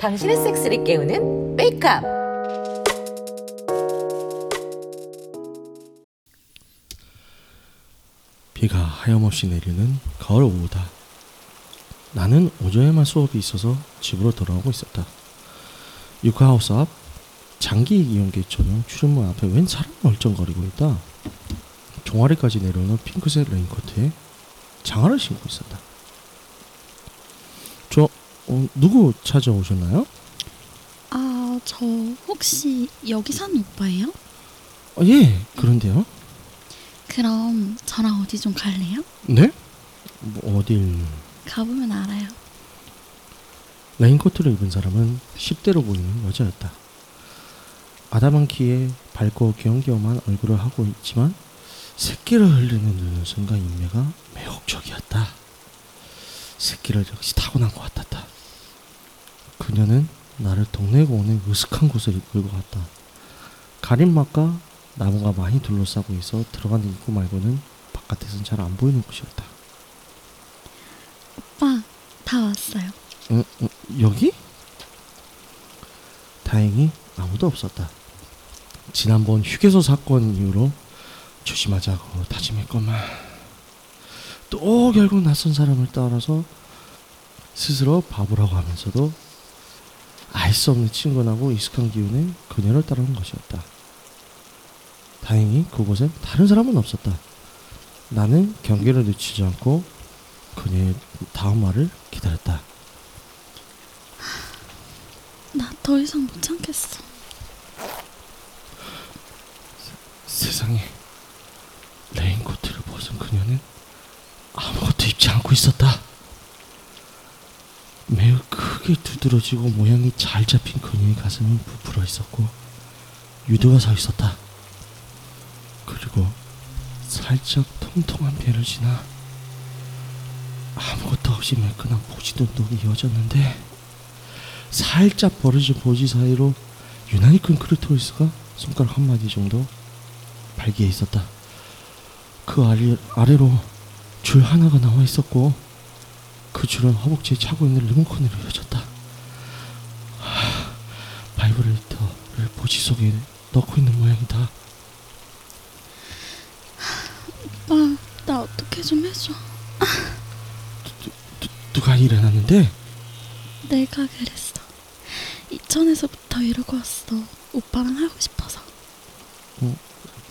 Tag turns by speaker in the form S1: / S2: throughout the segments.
S1: 당신의 섹스를 깨우는 메이크업.
S2: 비가 하염없이 내리는 가을 오후다. 나는 오전에만 수업이 있어서 집으로 돌아오고 있었다. 유카하우스 앞 장기 이용객처럼 출입문 앞에 웬 사람이 얼쩡거리고 있다. 종아리까지 내려오는 핑크색 레인코트에 장화를 신고 있었다. 저 어, 누구 찾아오셨나요?
S3: 아, 저 혹시 여기 사는 오빠예요?
S2: 아, 예, 그런데요.
S3: 그럼 저랑 어디 좀 갈래요?
S2: 네? 뭐 어딜?
S3: 가보면 알아요.
S2: 레인코트를 입은 사람은 10대로 보이는 여자였다. 아담한 키에 밝고 귀염귀염한 얼굴을 하고 있지만 새끼를 흘리는 눈은 순간 인매가 매혹적이었다. 새끼를 역시 타고난 것 같았다. 그녀는 나를 동네고 오는 으슥한 곳을 이끌고 갔다. 가림막과 나무가 많이 둘러싸고 있어 들어가는 입구 말고는 바깥에선 잘 안 보이는 곳이었다.
S3: 오빠, 다 왔어요.
S2: 어, 어, 여기? 다행히 아무도 없었다. 지난번 휴게소 사건 이후로 조심하자고 다짐했건만 또 결국 낯선 사람을 따라서 스스로 바보라고 하면서도 알 수 없는 친근하고 익숙한 기운에 그녀를 따라온 것이었다. 다행히 그곳엔 다른 사람은 없었다. 나는 경계를 늦추지 않고 그녀의 다음 말을 기다렸다.
S3: 나 더 이상 못 참겠어.
S2: 세상에 레인코트를 벗은 그녀는 아무것도 입지 않고 있었다. 매우 크게 두드러지고 모양이 잘 잡힌 그녀의 가슴은 부풀어 있었고 유두가 서 있었다. 그리고 살짝 통통한 배를 지나 아무것도 없이 매끈한 보지돈독이 이어졌는데 살짝 벌어진 보지 사이로 유난히 큰 크리토리스가 손가락 한 마디 정도 발기에 있었다. 그 아래, 아래로 줄 하나가 나와 있었고 그 줄은 허벅지에 차고 있는 리모컨으로 이어졌다. 하, 바이브레이터를 보지 속에 넣고 있는 모양이다.
S3: 오빠, 나 어떻게 좀 해줘.
S2: 누가 일어났는데
S3: 내가 그랬어. 이천에서부터 이러고 왔어. 오빠랑 하고 싶어서.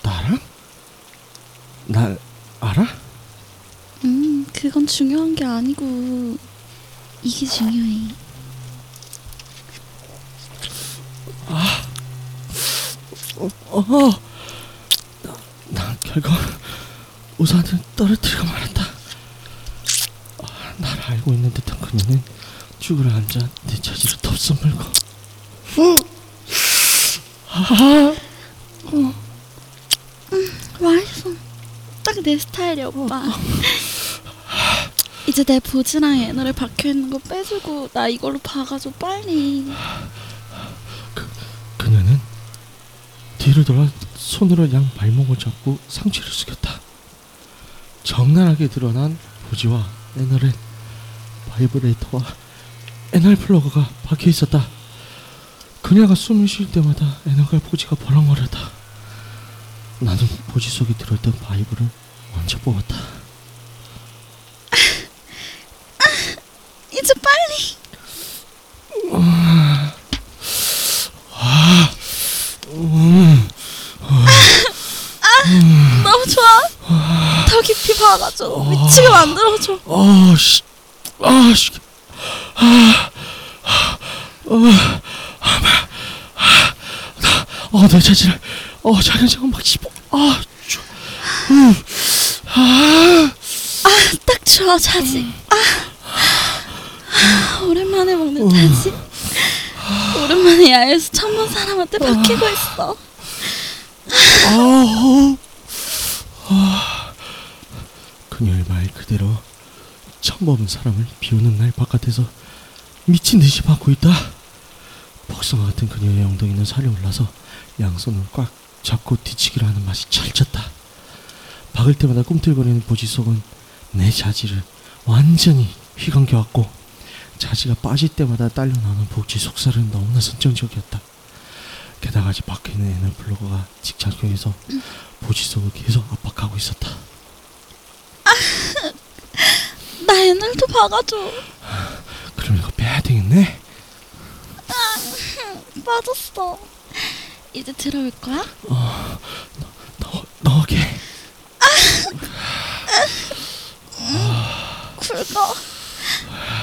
S2: 나랑? 나 알아?
S3: 음, 그건 중요한 게 아니고 이게 중요해.
S2: 어, 어. 나, 난 결국 우산을 떨어뜨리고 말았다. 아, 나를 알고 있는 듯한 그녀는 죽으러 앉아 내 처지를 덥수물고. 아,
S3: 와이프 딱 내 스타일이야 오빠 이제 내 보지랑 애너를 박혀있는 거 빼주고 나 이걸로 박아줘 빨리
S2: 그, 그녀는 뒤를 돌아 손으로 양 발목을 잡고 상체를 숙였다. 적나라하게 드러난 보지와 애널은 바이브레이터와 애널 플러그가 박혀 있었다. 그녀가 숨을 쉴 때마다 애널과 보지가 버렁거렸다. 나는 보지 속에 들어있던 바이브를 먼저 뽑았다.
S3: 이제 빨리 아, 너무 좋아 더 깊이 박아줘 미치게 만들어줘
S2: 아, 씨. 아, 씨. 아, 아, 아, 아, 아, 아, 나, 어, 내 체질, 어, 자연적으로 막 씹어. 아, 쭈.
S3: 딱 좋아 자지 아, 아, 오랜만에
S2: 어.
S3: 먹는 자지 오랜만에 야외에서 처음 본 사람한테 박히고 있어
S2: 아, 어. 아. 그녀의 말 그대로 처음 보는 사람을 비오는 날 바깥에서 미친 듯이 받고 있다. 복숭아 같은 그녀의 엉덩이는 살이 올라서 양손을 꽉 잡고 뒤치기를 하는 맛이 철쳤다. 박을 때마다 꿈틀거리는 보지 속은 내 자질을 완전히 휘감겨왔고 자지가 빠질 때마다 딸려나오는 복지 속살은 너무나 선정적이었다. 게다가 아직 박혀있는 애널 블로거가 직장에서 보지 속을 계속 압박하고 있었다.
S3: 나 애널도 박아줘.
S2: 그럼 이거 빼야 되겠네?
S3: 빠졌어. 이제 들어올 거야?
S2: 넣, 넣게.
S3: 굵어.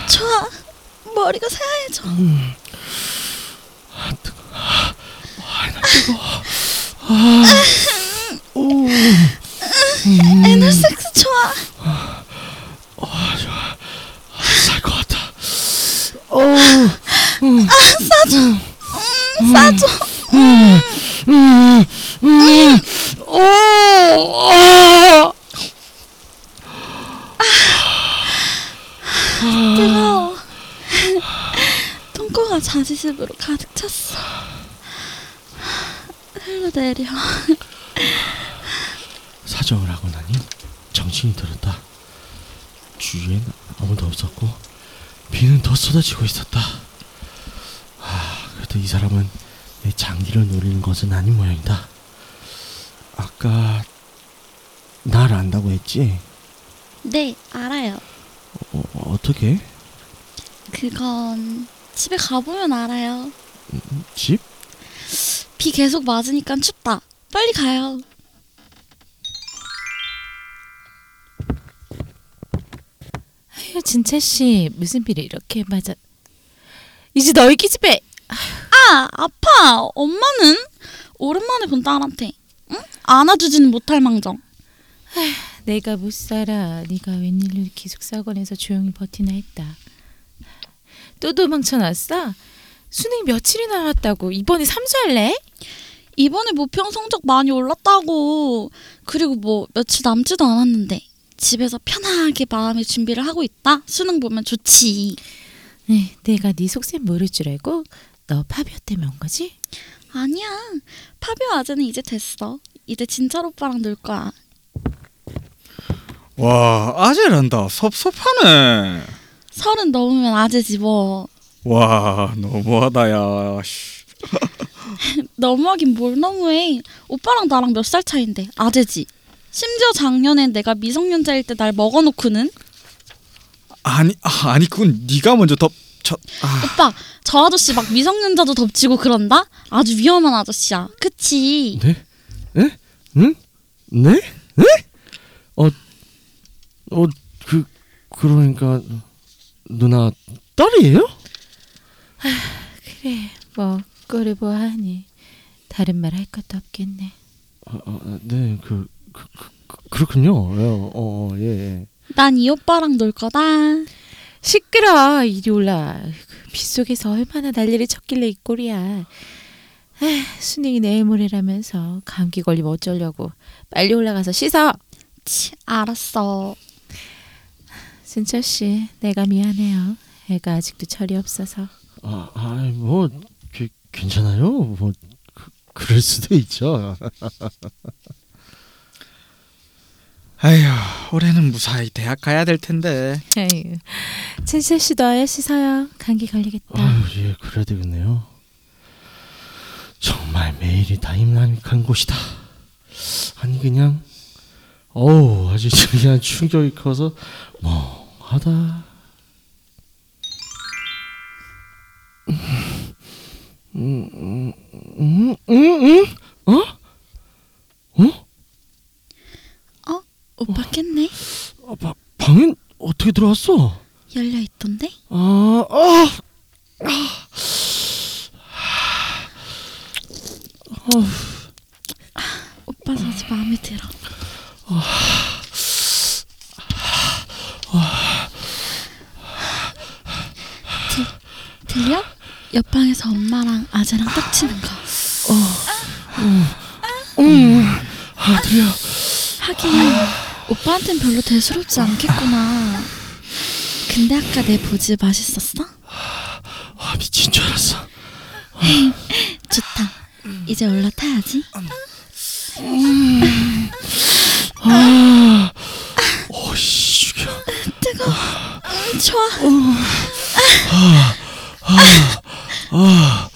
S3: 좋아. 머리가 새하얘져.
S2: 음. 아, 뜨거. 아, 아, 나 뜨거.
S3: 음.
S2: 아, 오,
S3: 애널 섹스 좋아.
S2: 아, 좋아. 아, 살것 같아. 어, 음,
S3: 싸줘.
S2: 음, 음, 음, 오, 아,
S3: 뜨거워. 똥꼬가 자지집으로 가득 찼어. 흘러내려.
S2: 사정을 하고 나니 정신이 들었다. 주위엔 아무도 없었고 비는 더 쏟아지고 있었다. 아, 그래도 이 사람은 내 장기를 노리는 것은 아닌 모양이다. 아까 날 안다고 했지?
S3: 네, 알아요.
S2: 어, 어떻게?
S3: 그건 집에 가보면 알아요.
S2: 집?
S3: 비 계속 맞으니까 춥다. 빨리 가요.
S4: 아유 진채 씨 무슨 비를 이렇게 맞아 이제 너희 기집애
S3: 아, 아파. 엄마는 오랜만에 본 딸한테 응? 안아주지는 못할 망정.
S4: 내가 못 살아 네가 웬일로 기숙사관에서 조용히 버티나 했다 또 도망쳐놨어 수능 며칠이 나왔다고 이번에 삼수할래
S3: 이번에 모평 성적 많이 올랐다고. 그리고 뭐 며칠 남지도 않았는데 집에서 편하게 마음의 준비를 하고 있다. 수능 보면 좋지.
S4: 에이, 내가 네 속셈 모를 줄 알고 너 파비오 때문에 온 거지
S3: 아니야. 파비오 아재는 이제 됐어. 이제 진철 오빠랑 놀 거야.
S5: 와 아재란다 섭섭하네
S3: 서른 넘으면 아재지 뭐.
S5: 와 너무하다 야 씨.
S3: 너무하긴 뭘 너무해. 오빠랑 나랑 몇 살 차인데 아재지. 심지어 작년에 내가 미성년자일 때 날 먹어놓고는
S5: 아니 아, 아니 그건 네가 먼저 덮쳐아
S3: 오빠 저 아저씨 막 미성년자도 덮치고 그런다? 아주 위험한 아저씨야. 그치?
S2: 네? 네? 응? 네? 네? 어, 어, 그, 그러니까 누나 딸이에요?
S4: 그래 뭐 꼴을 보아하니 다른 말 할 것도 없겠네
S2: 아, 아, 네, 그, 그, 그, 그- 그렇군요. 예, 어, 어, 예, 예.
S3: 난 이 오빠랑 놀 거다.
S4: 시끄러 이리 올라 그 빗속에서 얼마나 난리를 쳤길래 이 꼴이야 에휴, 수능이 내일 모레라면서 감기 걸리면 어쩌려고 빨리 올라가서 씻어
S3: 치, 알았어.
S4: 순철씨 내가 미안해요 애가 아직도 철이 없어서
S2: 아, 아이, 뭐, 그, 괜찮아요. 뭐, 그, 그럴 수도 있죠.
S5: 아휴 올해는 무사히 대학 가야 될 텐데
S4: 에휴, 순철씨 너 아야 씻어요 감기 걸리겠다
S2: 아유, 예, 그래야 되겠네요. 정말 매일이 다이나믹한 곳이다. 아니, 그냥, 어우, 아주 그냥 충격이 커서 멍하다. 음, 음, 음, 음, 어? 어?
S3: 어? 오빠 깼네?
S2: 아, 바, 방엔 어떻게 들어왔어?
S3: 열려있던데?
S2: 아, 아,
S3: 오빠 자지 마음에 들어. 들, 들려? 옆방에서 엄마랑 아재랑 딱 치는 거.
S2: 아, 들려.
S3: 하긴 오빠한텐 별로 대수롭지 않겠구나. 근데 아까 내 보지 맛있었어?
S2: 아, 미친 줄 알았어.
S3: 좋다. 이제 올라타야지.
S2: 어이, 죽여.
S3: 뜨거. 워 좋아.
S2: 아,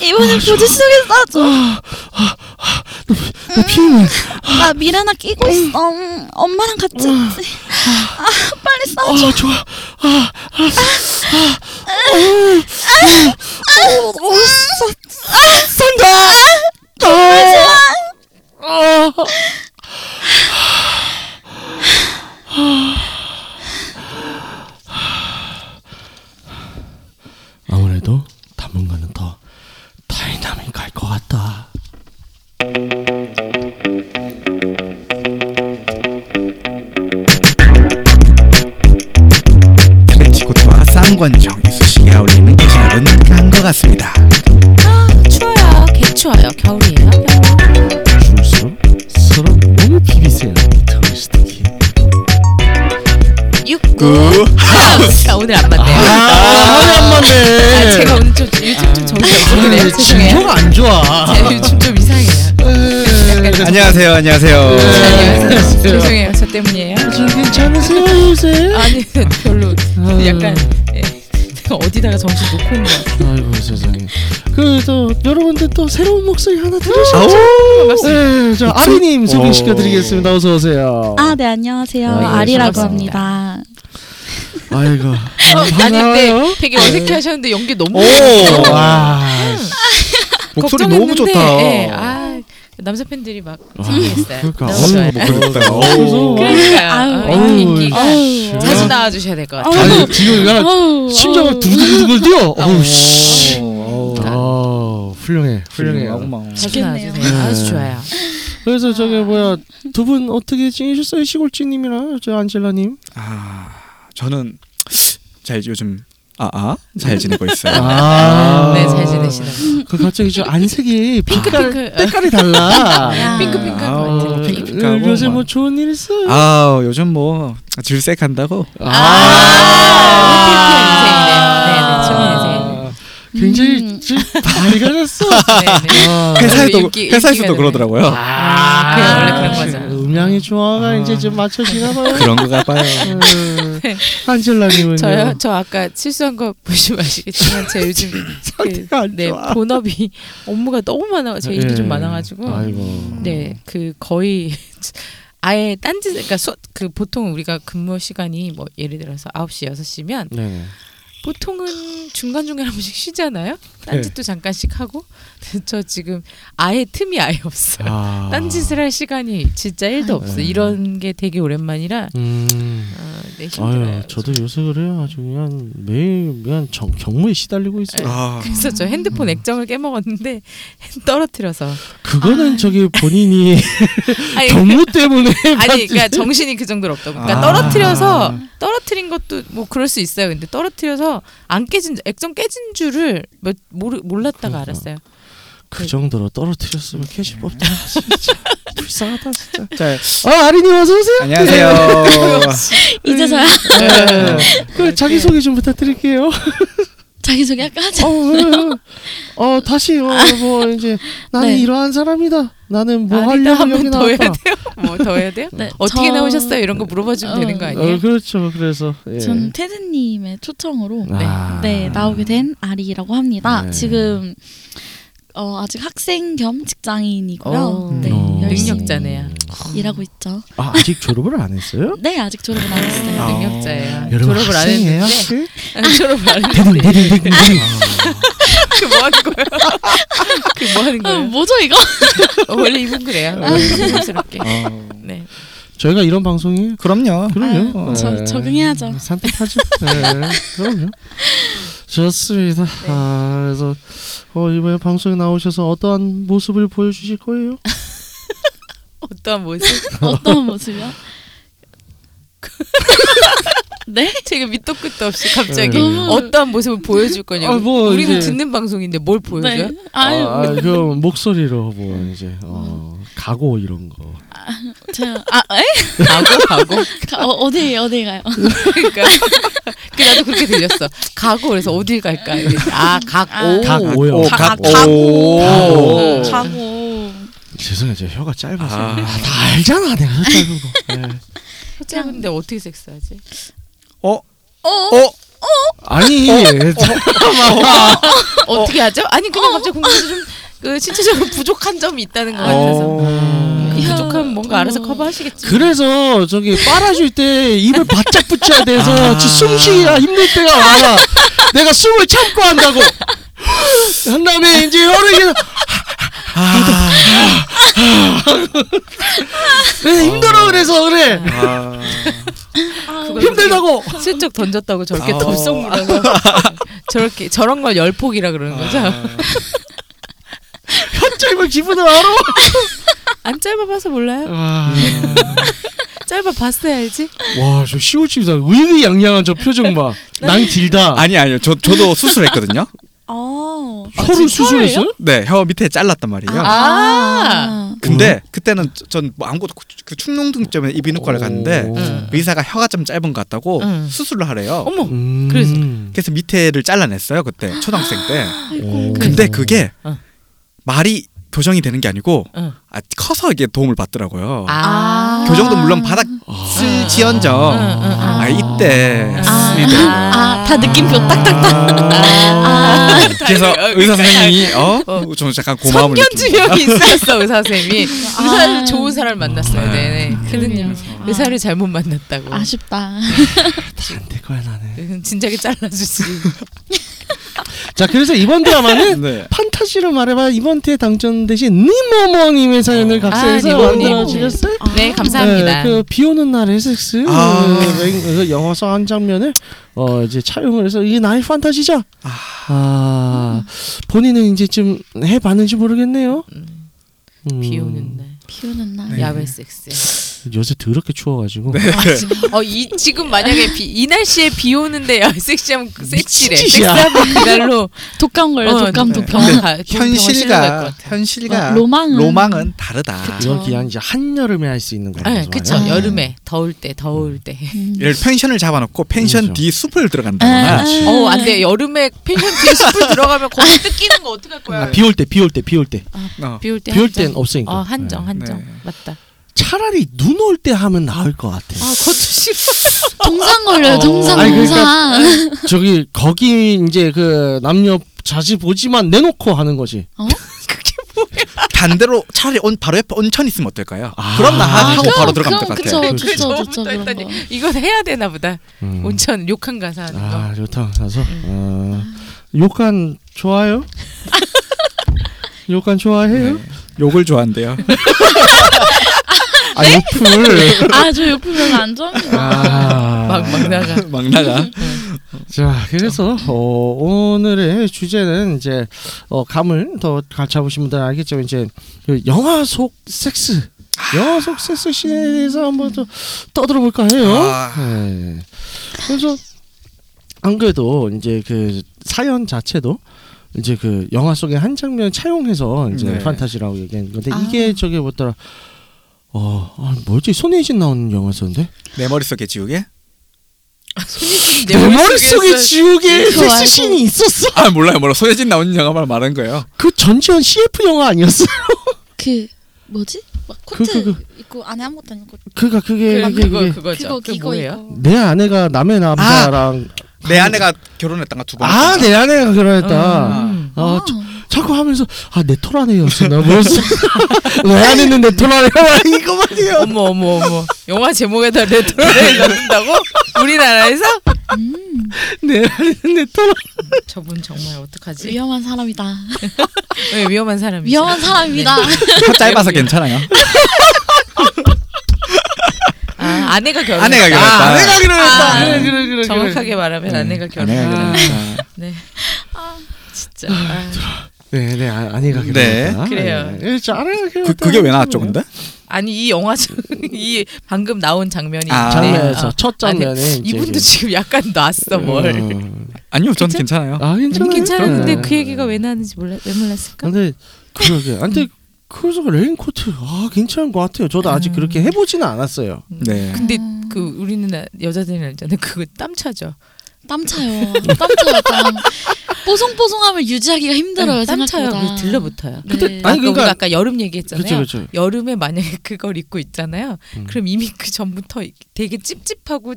S3: 이번엔 교지 속에 싸줘.
S2: 나 아, 피우면
S3: 나 미래나 끼고 있어. 음, 엄마랑 같이. 있지. 아, 빨리 싸줘.
S2: 아 좋아 어,
S3: 아,
S2: 어. 아무래도 당분간은 더 다이나믹할 것 같다.
S5: 치코토와 쌍권정 이쑤시개가 울리는 계절은 간것 같습니다.
S4: 아 추워요. 개 추워요. 겨울이에요.
S2: 줄수록 서로 몸을 비비세요. 더스트키.
S4: 육구 하우스. 아 오늘 안 맞네요.
S2: 안 맞네.
S4: 아, 제가 오늘 좀 요즘 좀 정신이 없네요. 죄송해요.
S2: 예. 아, 안 좋아.
S4: 제가 요즘 좀 이상해요.
S5: 안녕하세요, 안녕하세요.
S4: 죄송해요. 죄송해요. 저 때문이에요.
S2: 괜찮으세요 요새?
S4: 아니 별로 약간 예, 어디다가 정신 놓고 있는 것 같아요.
S2: 아이고 세상에. 어! 그또 여러분들 또 새로운 목소리 하나
S5: 아우,
S2: 들으셨죠? 네, 저 아리님
S5: 어.
S2: 소개시켜드리겠습니다. 어서 오세요.
S3: 아, 네, 안녕하세요.
S2: 어, 예,
S3: 아리라고
S4: 반갑습니다.
S3: 합니다.
S2: 아이고.
S4: 아니
S2: 어,
S4: 네.
S2: 반가워요.
S4: 근데 되게 어색해 하셨는데 연기 너무
S5: 오,
S2: 와.
S5: 목소리 너무
S4: 네. 걱정했는데,
S5: 좋다.
S4: 예, 아, 남자 팬들이 막 생기겠어요.
S2: 그러니까
S4: 너무
S2: 어느 목소리
S4: 좋아요.
S5: 뭐
S2: 좋다.
S5: 어우.
S4: 그러니까요.
S3: 아유,
S4: 어,
S2: 아유,
S4: 인기가
S2: 아유.
S4: 자주 나와주셔야 될 것 같아요.
S2: 아니 지금 내가
S3: 어, 어우,
S2: 심장을
S3: 어우.
S2: 두근두근 뛰어. 어우 씨.
S5: 어우,
S2: 아 훌륭해 훌륭해요.
S5: 훌륭하구만.
S3: 아,
S4: 자주
S3: 좋겠네요.
S4: 나와주세요. 아주
S2: 네.
S4: 좋아요.
S2: 그래서
S4: 아.
S2: 저기 뭐야 두 분 어떻게 지내셨어요 시골지님이랑 저 안젤라님?
S5: 아, 저는 잘 요즘 아아 잘 지내고 있어요.
S2: 아,
S4: 네, 잘 지내시나요?
S2: 그 갑자기 저 안색이 빛깔
S4: 핑크핑크. 아.
S2: 색깔이 달라.
S3: 야.
S4: 핑크핑크한
S5: 아,
S4: 것
S2: 어,
S4: 같아요.
S5: 핑크.
S4: 되게.
S5: 핑크하고
S2: 요새 뭐
S5: 막.
S2: 좋은 일 있어요?
S5: 아, 요즘 뭐 질색한다고.
S4: 네, 아,
S2: 굉장히
S3: 음.
S2: 지- 밝아졌어.
S4: 네, 네.
S5: 회사에도
S4: 인기- 인기가
S5: 회사에서도
S4: 되네.
S5: 그러더라고요.
S2: 아,
S4: 그래, 원래 그런 거죠.
S2: 음향의 조화가 이제 좀 맞춰지나 봐요.
S5: 그런 거가 봐요.
S2: 음, 한젤라님은요?
S4: 저요? 저 아까 실수한 거 보시면 아시겠지만 제가 요즘 그,
S2: 안
S4: 네,
S2: 좋아.
S4: 본업이 업무가 너무 많아 제 일이
S2: 예.
S4: 좀 많아가지고
S2: 아이고.
S4: 네, 그 거의 아예 딴짓 그러니까 수, 그 보통 우리가 근무 시간이 뭐 예를 들어서 9시 6시면
S2: 네네.
S4: 보통은 중간중간 한 번씩 쉬잖아요.
S2: 네.
S4: 딴짓도 잠깐씩 하고 저 지금 아예 틈이 아예 없어요.
S2: 아.
S4: 딴짓을 할 시간이 진짜 1도 없어요.
S2: 네.
S4: 이런 게 되게 오랜만이라
S2: 음.
S4: 어, 네, 힘들어요.
S2: 아유, 저도 요새 그래요. 아주 그냥 매일 그냥 정, 경무에 시달리고 있어요.
S5: 아,
S4: 그래서 저
S2: 음.
S4: 핸드폰 액정을 깨먹었는데 떨어뜨려서
S2: 그거는 저기 본인이
S4: 아니,
S2: 경무 때문에
S4: 아. 네. 아니 그러니까 정신이 그 정도로 없다고 그러니까
S5: 아.
S4: 떨어뜨려서 떨어뜨린 것도 뭐 그럴 수 있어요 근데 떨어뜨려서 안 깨진 액정 깨진 줄을 몇, 모르,
S2: 그러니까.
S4: 몰랐다가 알았어요
S2: 그 정도로 떨어뜨렸으면 캐시 뽑다 진짜 불쌍하다 진짜. 아 아린이 어서
S4: 그
S2: 오세요.
S5: 안녕하세요.
S2: 음.
S3: 이제서야
S2: 네. 그 자기 소개 좀 부탁드릴게요.
S3: 자기소개 할까 하자.
S2: 어, 어, 어 다시 어, 뭐 이제 나는
S3: 네.
S2: 이러한 사람이다. 나는 뭐
S4: 아니다,
S2: 하려고
S4: 한번
S2: 여기
S4: 더 해야
S2: 나왔다.
S4: 돼요? 뭐 더 해야 돼요?
S3: 네,
S4: 어떻게
S3: 저-
S4: 나오셨어요? 이런 거 물어봐 주면
S3: 어.
S4: 되는 거
S2: 어
S4: 아니에요?
S2: 그렇죠. 그래서 예.
S3: 전 테드님의 초청으로
S2: 아.
S3: 네 나오게 된 아리라고 합니다.
S2: 네.
S3: 지금 어, 아직 학생 겸 직장인이고요.
S4: 어.
S3: 네
S2: 어.
S3: 열심히
S4: 능력자네요.
S3: 일하고 있죠.
S2: 아, 아직 졸업을 안 했어요?
S3: 네 아직 졸업은 안 했어요.
S5: 아.
S4: 능력자예요.
S2: 여러분
S4: 졸업을 안
S2: 학생이에요? 아,
S4: 했는데
S2: 학생?
S4: 졸업을 안 했는데
S2: 대등 대등 대등 대등.
S4: 그 뭐 하는 거예요? 그 뭐 하는
S3: 아,
S4: 거예요?
S3: 뭐죠 이거?
S4: 어, 원래 이분 그래요. 조심스럽게.
S5: 어,
S4: 네.
S2: 저희가 이런 방송이
S5: 그럼요.
S2: 그럼요.
S5: 아유,
S3: 저-
S2: 네.
S3: 적응해야죠.
S2: 산뜻하죠. 네, 그럼요. 좋습니다.
S4: 네.
S2: 아, 그래서 어, 이번에 방송에 나오셔서 어떠한 모습을 보여주실 거예요?
S4: 어떠한 모습?
S3: 어떤 모습이요? 네?
S4: 제가 밑도 끝도 없이 갑자기
S2: 음.
S4: 어떠한 모습을 보여줄 거냐고.
S2: 아, 뭐
S4: 우리는
S2: 이제-
S4: 듣는 방송인데 뭘 보여줘요?
S3: 네. 아유
S2: 아, 그 목소리로 뭐 이제
S4: 음.
S2: 어, 각오 이런 거.
S3: 제가 아 에?
S4: 가고 가고.
S3: 가- 어, 어디 어디 가요?
S4: 그러니까. 그 나도 그렇게 들렸어. 가고 그래서 어딜 갈까? 이랬는데 아 가고.
S2: 각 오요.
S5: 오,
S3: 각-
S5: 각 오.
S2: 오.
S3: 가고
S2: 아. 죄송해요, 제가 혀가 짧아서. 아, 다 알잖아, 내가 혀 짧은 거.
S4: 짧은데 어떻게 섹스하지?
S5: 어? 예. 어?
S3: 어?
S2: 아니
S4: 어. 떻게 하죠? 아니 그냥 갑자기 궁금해서 좀그 신체적으로 부족한 점이 있다는 것 같아서
S5: 음.
S2: 어.
S4: 그 부족함 뭔가 알아서
S3: 어머.
S4: 커버하시겠지.
S2: 그래서 저기 빨아줄 때 입을 바짝 붙여야 돼서
S5: 아.
S2: 지 숨쉬기가 힘들 때가 많아 내가 숨을 참고 한다고 한 다음에 이제 어른이 아, 내 힘들어 아, 네. 그래서 그래
S5: 아.
S4: 그걸
S2: 힘들다고
S4: 슬쩍 던졌다고 저렇게
S5: 아.
S4: 덥석 물어서 저렇게 저런 걸 열폭이라
S5: 아.
S4: 그러는 거죠.
S2: 혀짧은 기분을 알아
S4: 안 짧아봐서 몰라요. 짧아봤어야 알지.
S2: 와저 시골집이다 의미양양한 저 표정 봐난 길다
S5: 아니 아니요. 저 저도 수술했거든요.
S3: 어.
S2: 혀를 수술했어요?
S5: 네, 혀 밑에 잘랐단 말이에요.
S4: 아.
S5: 근데 그때는 저- 전뭐 아무것도 그- 그 충농등점에 이비인후과를 갔는데
S4: 응.
S5: 의사가 혀가 좀 짧은 것 같다고
S4: 응.
S5: 수술을 하래요.
S4: 어머.
S2: 음.
S4: 그래서-
S5: 그래서 밑에를 잘라냈어요 그때 초등학생 때.
S4: 음.
S2: 오.
S5: 근데 그게
S4: 어.
S5: 말이 교정이 되는 게 아니고
S4: 어.
S5: 아, 커서 이게 도움을 받더라고요.
S4: 아.
S5: 그 교정도 물론 받았을지언정
S4: 응, 응,
S5: 아,
S4: 아.
S5: 이때 쓰이더라고요.
S3: 아, 다 느낌표 딱딱딱.
S4: 아.
S5: 그래서 의사 선생님이 어, 저는 아. 약간 고마움을
S4: 선견
S5: 느끼고
S4: 그러니까 지명이 있었어 의사 선생님이 의사를 좋은 사람을 만났어야
S5: 아.
S4: 되네. 그러네요. 의사를 잘못 만났다고. 그
S3: 아쉽다.
S2: 안될 거야 나는
S4: 진작에 잘라주지.
S2: 자 그래서 이번 드라마는
S5: 네.
S2: 판타지로 말해봐 이번 테 당첨되신 니모모님의 사연을 각색해서
S4: 아, 니모모.
S2: 만들어 주셨어요.
S3: 아.
S4: 네 감사합니다.
S2: 그비 오는 날의 섹스
S5: 아.
S2: 그 맹- 그 영화성 한 장면을 어 이제 촬영을 해서 이게 나의 판타지죠. 아, 본인은 이제 좀 해봤는지 모르겠네요. 음,
S4: 비 오는 날
S3: 비 오는 날.
S5: 네.
S4: 야외 섹스.
S2: 요새 더럽게 추워가지고
S4: 어 이 지금 만약에 비, 이 날씨에 비 오는데 야, 섹시하면 그 섹시래.
S2: 미친 짓이야.
S4: 섹시하면 그날로
S3: 독감 걸려,
S4: 어,
S3: 독감, 독병.
S5: 근데
S4: 가- 병원 실려 갈것
S5: 현실과
S4: 같아.
S5: 현실과
S3: 어, 로망은-
S5: 로망은 다르다.
S2: 이건 그냥 이제 한 여름에 할 수 있는 거예요.
S4: 네, 그쵸
S3: 아.
S4: 여름에 더울 때 더울 때.
S3: 음.
S5: 예를 들어 펜션을 잡아놓고 펜션
S2: 그렇죠.
S5: 뒤 숲을
S3: 아,
S5: 들어간다거나
S4: 어 안돼 여름에 펜션 뒤에 숲을 들어가면 거기 뜯기는 거 어떡할 거야.
S2: 아, 비 올 때 비 올 때 비 올 때.
S5: 어.
S4: 비올 때.
S2: 네. 비 올
S4: 한정.
S2: 땐 없으니까.
S4: 어 한정
S2: 네.
S4: 한정
S5: 네.
S4: 맞다.
S2: 차라리 눈 올 때 하면 나을 것 같아.
S4: 아 그것도 싫어.
S3: 동상 걸려요,
S2: 어.
S3: 동상,
S2: 아니, 그러니까-
S3: 동상.
S2: 저기 거기 이제 그 남녀 자주 보지만 내놓고 하는 거지.
S5: 반대로 차라리 온 바로 옆에 온천 있으면 어떨까요?
S2: 아.
S5: 그럼 나
S2: 아,
S5: 하고 바로 들어가면
S3: 그럼
S5: 될것
S3: 그쵸,
S5: 같아.
S3: 그쵸, 그쵸, 그쵸,
S4: 처음부터
S3: 그런 거.
S4: 했더니 이건 해야 되나 보다. 온천 욕한 가사 하는 거.
S2: 음. 아 좋다. 가서 어, 욕간 좋아요? 욕간 좋아해요?
S5: 욕을 좋아한대요.
S2: 아 욕풀.
S3: 아, 저 옆에 별로 안 좋아합니다.
S2: 아,
S4: 막 막 나가.
S5: 막 나가.
S2: 자 그래서 어, 오늘의 주제는 이제 어, 감을 더 잘 잡으신 분들은 알겠지만 이제 그 영화 속 섹스, 영화 속 섹스 씬에 대해서 한번 좀 떠들어볼까 해요.
S5: 아.
S2: 네. 그래서 안 그래도 이제 그 사연 자체도 이제 그 영화 속의 한 장면 차용해서 이제
S5: 네.
S2: 판타지라고 얘기하는 건데
S3: 아.
S2: 이게 저게 뭐더라? 어, 아, 뭐지? 손예진 나오는 영화였는데
S5: 내 머릿속에 지우개?
S4: 내 머릿속에
S2: 지우개
S3: 그거 알고.
S2: 섹스 씬이 있었어.
S5: 아 몰라요 몰라. 소혜진 나오는 영화 말 말한 거예요.
S2: 그 전지현 CF 영화 아니었어?
S3: 그, 뭐지? 막
S2: 그,
S3: 코트
S2: 그, 그.
S3: 입고 안에 아무것도 안 입고.
S2: 그니까 그게
S4: 그,
S3: 음.
S2: 그게,
S4: 그거
S2: 그게
S4: 그거죠.
S3: 그거
S4: 그
S3: 이거
S4: 뭐예요?
S3: 이거.
S2: 내 아내가 남의 남자랑
S5: 내 아내가 결혼했던가 두 번.
S2: 아 내 아내가 그러했다.
S4: 음.
S2: 아 자, 자꾸 하면서 아내 토라네였어 나 벌써 내 아내는 내 토라네 이거 말이야.
S4: 어머 어머 어머. 영화 제목에다 레트로를 넣는다고? 우리나라에서? 네,
S3: 음,
S2: 내 아내는 내 토라.
S4: 음, 저분 정말 어떡하지?
S3: 위험한 사람이다.
S4: 네, 위험한 사람이죠.
S3: 위험한 사람이다.
S5: 혀 짧아서 괜찮아요.
S4: 아, 아내가 결혼.
S5: 아내가 결혼했다.
S2: 아, 아내가 음.
S4: 결혼했다.
S2: 그래, 그래, 그래, 그래.
S4: 정확하게 말하면 아내가 결혼.
S5: 그렇죠. 아내가
S4: 아,
S5: 결혼했다.
S4: 네. 아 진짜. 아,
S2: 네, 네 아, 아내가
S5: 네,
S2: 그랬다.
S4: 그래요.
S2: 네, 진짜 아내가
S5: 그,
S2: 그랬다.
S5: 그게 왜 나왔죠 근데?
S4: 아니 이 영화 중이 방금 나온 장면이
S5: 아,
S2: 장면에서
S4: 어.
S2: 첫
S4: 아니,
S2: 장면에 이제
S4: 이분도
S2: 이게-
S4: 지금 약간 놨어 뭘.
S2: 음.
S5: 아니요 저는 괜찮아요.
S2: 아 괜찮아.
S4: 괜찮아. 근데 그 얘기가 그러니까. 왜 나는지 몰라 왜 몰랐을까?
S2: 근데 그러게. 아, 근데 그래서 레인코트 아 괜찮은 것 같아요. 저도 아직
S4: 음.
S2: 그렇게 해보지는 않았어요.
S5: 네.
S3: 음.
S4: 근데 그 우리는 아- 여자들은 알잖아요. 그거 땀 차죠.
S3: 땀 차요. 땀 차요. 땀. 뽀송뽀송함을 유지하기가 힘들어요.
S4: 네, 땀차요.
S3: 생각보다.
S4: 그게 들러붙어요.
S2: 그때- 아니,
S3: 네.
S4: 아니
S2: 그러니까-
S4: 그러니까 아까 여름 얘기했잖아요.
S2: 그렇죠, 그렇죠.
S4: 여름에 만약에 그걸 입고 있잖아요.
S2: 음.
S4: 그럼 이미 그 전부터 되게 찝찝하고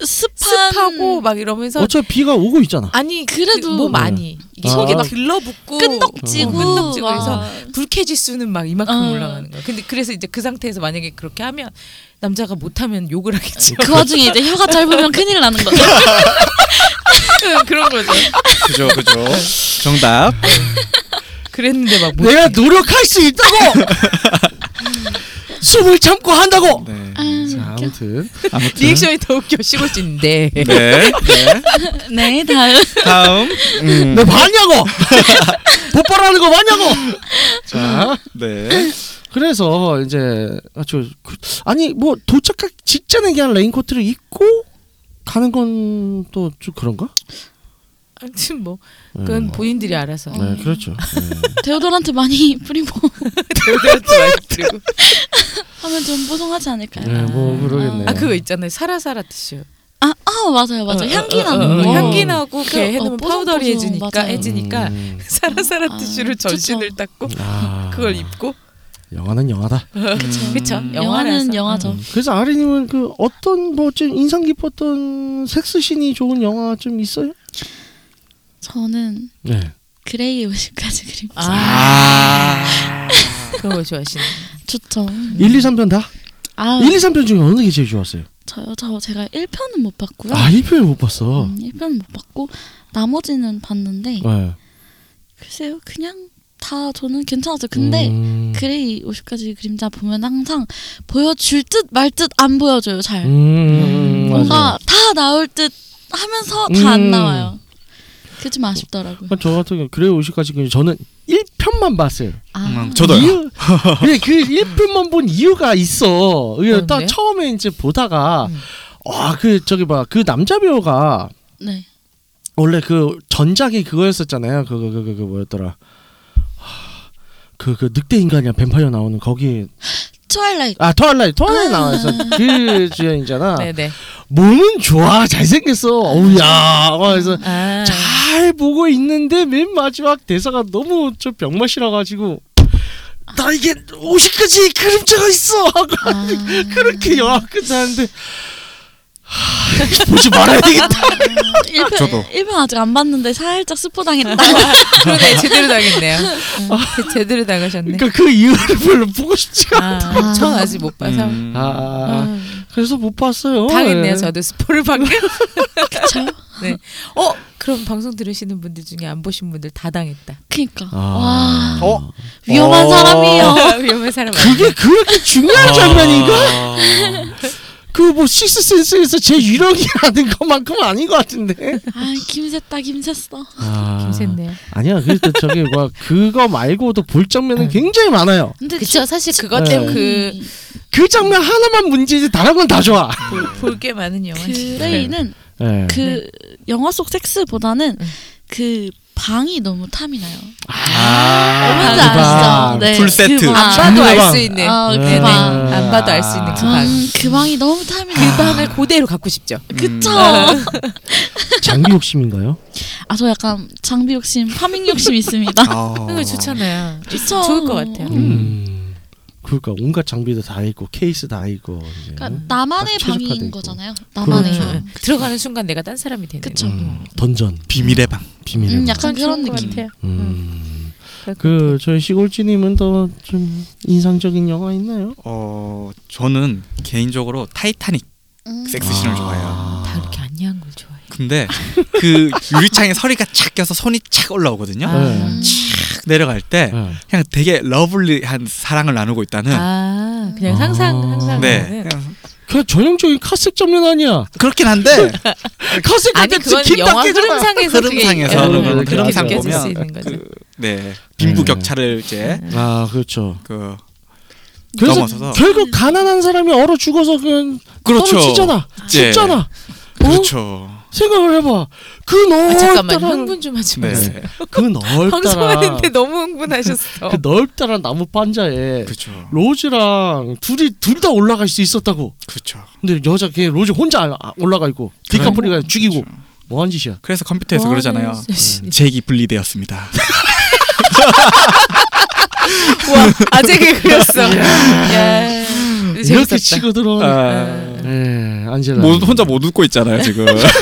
S3: 아, 습한
S4: 습하고 막 이러면서
S2: 어차피 비가 오고 있잖아.
S4: 아니
S3: 그래도-
S4: 그래도 몸 많이 이게
S2: 아.
S4: 속에 막 들러붙고
S3: 끈덕지고
S4: 어, 끈덕지고
S3: 막.
S4: 해서 불쾌 지수는 막 이만큼
S3: 어.
S4: 올라가는 거야. 근데 그래서 이제 그 상태에서 만약에 그렇게 하면 남자가 못하면 욕을 하겠죠.
S3: 그 와중에 이제 혀가 짧으면 큰일 나는 거죠.
S4: 그런 거죠.
S5: 그죠 그죠. 정답.
S4: 그랬는데 막 못.
S2: 내가 노력할 수 있다고. 숨을 참고 한다고.
S5: 네.
S4: 음,
S2: 자,
S3: 아,
S2: 아무튼
S5: 아무튼
S4: 리액션이 더 웃겨 시골진데
S5: 네. 네.
S3: 네 다음.
S5: 다음. 음.
S2: 내 봤냐고. 복발하는 거 봤냐고.
S5: 자. 네.
S2: 그래서 이제 아, 저 그, 아니 뭐 도착하기 직전에 그냥 레인코트를 입고 가는 건 또 좀 그런가?
S4: 아무튼 뭐
S2: 네.
S4: 그건 음. 본인들이 알아서
S2: 네, 그렇죠. 네.
S3: 데오도란트 많이 뿌리고
S4: 대우대한테 말고
S3: 하면 좀 뽀송하지 않을까요?
S2: 네, 뭐 그러겠네요.
S4: 아 그거 있잖아요 사라사라 드셔
S3: 아, 아 맞아요, 맞아요. 향기
S2: 어,
S3: 나는
S2: 어,
S3: 거.
S4: 향기 나고
S3: 그,
S4: 걔 해놓으면
S3: 어, 뽀송뽀송,
S4: 파우더리 해지니까
S3: 맞아요.
S4: 해지니까
S2: 음.
S4: 사라사라
S3: 아,
S4: 티슈로
S3: 그쵸.
S4: 전신을 닦고
S2: 아,
S4: 그걸 입고
S2: 영화는 영화다.
S4: 그쵸
S3: 음. 영화는
S4: 영화라서.
S3: 영화죠.
S2: 음, 그래서 아리님은 그 어떤 뭐 좀 인상 깊었던 섹스신이 좋은 영화 좀 있어요?
S3: 저는
S2: 네.
S3: 그레이의 의심까지 그림. 아,
S4: 아 그런 거 좋아하시네
S3: 좋죠.
S2: 1, 2, 3편 다?
S3: 아,
S2: 1, 2, 3편 중에 어느 게 제일 좋았어요?
S3: 저요, 저 제가 1편은 못 봤고요.
S2: 아, 1편을 못 봤어.
S3: 음, 1편은 못 봤고 나머지는 봤는데
S2: 네.
S3: 글쎄요, 그냥 다 저는 괜찮았어요. 근데
S2: 음.
S3: 그레이 50가지 그림자 보면 항상 보여줄 듯 말 듯 안 보여줘요, 잘.
S2: 음, 맞아요.
S3: 뭔가 다 나올 듯 하면서 다 안
S2: 음.
S3: 나와요. 그게 좀 아쉽더라고요.
S2: 그러니까 저 같은 경우 그래 오시까지 그냥 저는 1편만 봤어요.
S3: 아,
S5: 음, 저도요.
S2: 이유, 예, 그 1편만 본 이유가 있어. 그냥 딱
S3: 네.
S4: 뭔데요?
S2: 처음에 이제 보다가
S4: 음.
S2: 아, 그 저기 봐. 그 남자 배우가
S3: 네.
S2: 원래 그 전작이 그거였었잖아요. 그거 그거 그 뭐였더라? 그 그 늑대 인간이야 뱀파이어 나오는 거기
S3: 트와일라이트.
S2: 아 트와일라이트 트와일라이트
S3: 아.
S2: 나와서 그 주연이잖아.
S4: 네네
S2: 몸은 좋아 잘생겼어. 어우야. 그래서
S4: 아
S2: 잘 보고 있는데 맨 마지막 대사가 너무 저 병맛이라 가지고 나 이게 50까지 그림자가 있어 하고
S3: 아,
S2: 그렇게 영화 끝나는데 하, 이거 보지 말아야 되겠다.
S3: 1편,
S5: 저도.
S3: 1편 아직 안 봤는데 살짝 스포 당했다.
S4: 그러네 제대로 당했네요 어, 제- 제대로 당하셨네
S2: 그러니까 그 이유를 별로 보고 싶지가
S4: 아, 전 아직 못 봐서
S5: 음.
S2: 아, 아,
S4: 아.
S2: 그래서 못 봤어요.
S4: 당했네요.
S2: 예.
S4: 저도 스포를 받고.
S3: 그쵸?
S4: 네. 어, 그럼 방송 들으시는 분들 중에 안 보신 분들 다 당했다.
S3: 그니까.
S2: 아.
S3: 와.
S5: 어?
S3: 위험한
S2: 어.
S3: 사람이에요.
S4: 위험한 사람 아니야.
S2: 그게 그렇게 중요한 장면인가? 그 뭐 식스 센스에서 제 유령이 아는 것만큼 아닌 것 같은데.
S3: 아, 김샜다, 김샜어.
S2: 아,
S4: 김샜네요.
S2: 아니야. 그때 저기 뭐 그거 말고도 볼 장면은
S4: 네.
S2: 굉장히 많아요.
S3: 근데 음.
S4: 그쵸 사실 그것
S2: 네.
S4: 때문에 그
S2: 그 장면 하나만 문제지 다른 건 다 좋아.
S4: 볼 게 많은 영화.
S3: 그레이는
S2: 예.
S3: 그 영화 속 섹스보다는
S4: 응.
S3: 그 방이 너무 탐이 나요.
S5: 아.
S3: 뭔지
S2: 그 방.
S3: 아시죠? 네.
S5: 풀 세트.
S3: 그
S4: 안
S3: 방.
S4: 봐도 알
S2: 장르방.
S4: 수 있는.
S3: 아, 그
S4: 네네.
S3: 방.
S4: 어, 안 봐도 알 수 있는
S2: 아.
S4: 그 방.
S3: 전 그 방이 너무 탐이
S4: 그
S3: 나요.
S4: 방을 그대로 갖고 싶죠.
S3: 그쵸.
S2: 음, 네. 장비 욕심인가요?
S3: 아, 저 약간 장비 욕심, 파밍 욕심 있습니다.
S5: 아.
S4: 그거 좋잖아요.
S3: 그쵸.
S4: 좋을 것 같아요.
S3: 음.
S2: 음. 그러니까 온갖 장비도 다 있고 케이스 다 있고. 이제.
S3: 그러니까
S2: 딱
S3: 나만의
S2: 아, 최적화돼
S3: 방인
S2: 있고.
S3: 거잖아요. 나만의
S2: 그렇죠.
S3: 방.
S4: 어, 네. 들어가는 순간 내가 딴 사람이 되는.
S3: 그쵸.
S2: 음, 던전
S5: 비밀의 방.
S2: 비밀의
S3: 음,
S2: 방.
S3: 약간 그런
S4: 좋은 것
S3: 느낌.
S4: 같아요.
S2: 음. 그 저희 시골지님은 더 좀 인상적인 영화 있나요?
S5: 어, 저는 개인적으로 타이타닉
S3: 음.
S5: 섹스신을 좋아해요.
S4: 다 이렇게 안니한 걸 좋아해.
S5: 근데 그 유리창에 서리가 착 껴서 손이 착 올라오거든요.
S2: 아.
S3: 음.
S5: 착 내려갈 때
S2: 네.
S5: 그냥 되게 러블리한 사랑을 나누고 있다는.
S4: 아, 그냥
S2: 아.
S4: 상상 상상.
S5: 네.
S2: 그 전형적인 카색 장면 아니야?
S5: 그렇긴 한데
S2: 카색
S4: 아니
S2: 장면
S4: 그건
S2: 진짜
S4: 영화
S2: 깨잖아.
S4: 흐름상에서 그게
S5: 흐름상에서
S4: 영화를
S2: 그런
S4: 그렇게
S2: 흐름상
S4: 느껴질
S5: 네, 보면
S4: 수 있는 네. 거죠.
S5: 그, 네 빈부 격차를 이제
S2: 아 그렇죠.
S5: 그
S2: 그래서
S5: 네. 넘어서서 그렇죠.
S2: 결국 가난한 사람이 얼어 죽어서 그 떨어지잖아.
S5: 예.
S2: 죽잖아.
S5: 그렇죠.
S2: 생각을 해봐. 그
S4: 아,
S2: 넓다란
S4: 잠깐만 흥분 좀 하지
S5: 네.
S4: 마세요.
S2: 그 넓다란
S4: 방송하는데 너무 흥분하셨어.
S2: 그 넓다란 나무 판자에
S5: 그렇죠.
S2: 로즈랑 둘이 둘 다 올라갈 수 있었다고.
S5: 그렇죠.
S2: 근데 여자 걔 로즈 혼자 아- 올라가 있고 디카프리가 죽이고.
S5: 그렇죠.
S2: 뭐한 짓이야?
S5: 그래서 컴퓨터에서
S4: 뭐
S5: 그러잖아요.
S4: 하는 짓이-
S5: 잭이 분리되었습니다.
S4: 와 아재개 그렸어. 야,
S2: 이렇게
S4: 그 재밌었다.
S2: 치고
S4: 네.
S2: 들어오는.
S5: 아,
S2: 예, 안젤라.
S5: 뭐 혼자 못 웃고 있잖아요 지금.
S3: 전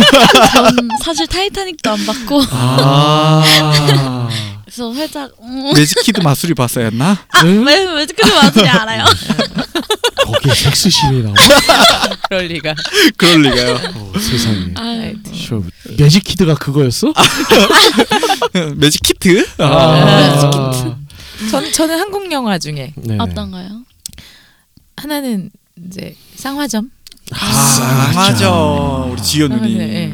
S3: 사실 타이타닉도 안 봤고
S4: 아.
S2: 아.
S3: 그래서 살짝 음,
S2: 네.
S5: 매직키드 마술이 봤어였나?
S3: 아왜왜 그렇게 맞으냐 알아요?
S2: 거기에 섹스신이 나와.
S4: 그럴 리가.
S5: 그럴 리가요.
S2: 어, 세상에.
S3: 아,
S2: 쇼. 매직키드가 그거였어?
S5: 아. 매직키트? 아,
S4: 네, 전 저는 한국 영화 중에
S2: 네네.
S3: 어떤가요?
S4: 하나는 이제 쌍화점.
S5: 아, 맞아. 우리 지효
S4: 아,
S5: 누님.
S4: 네,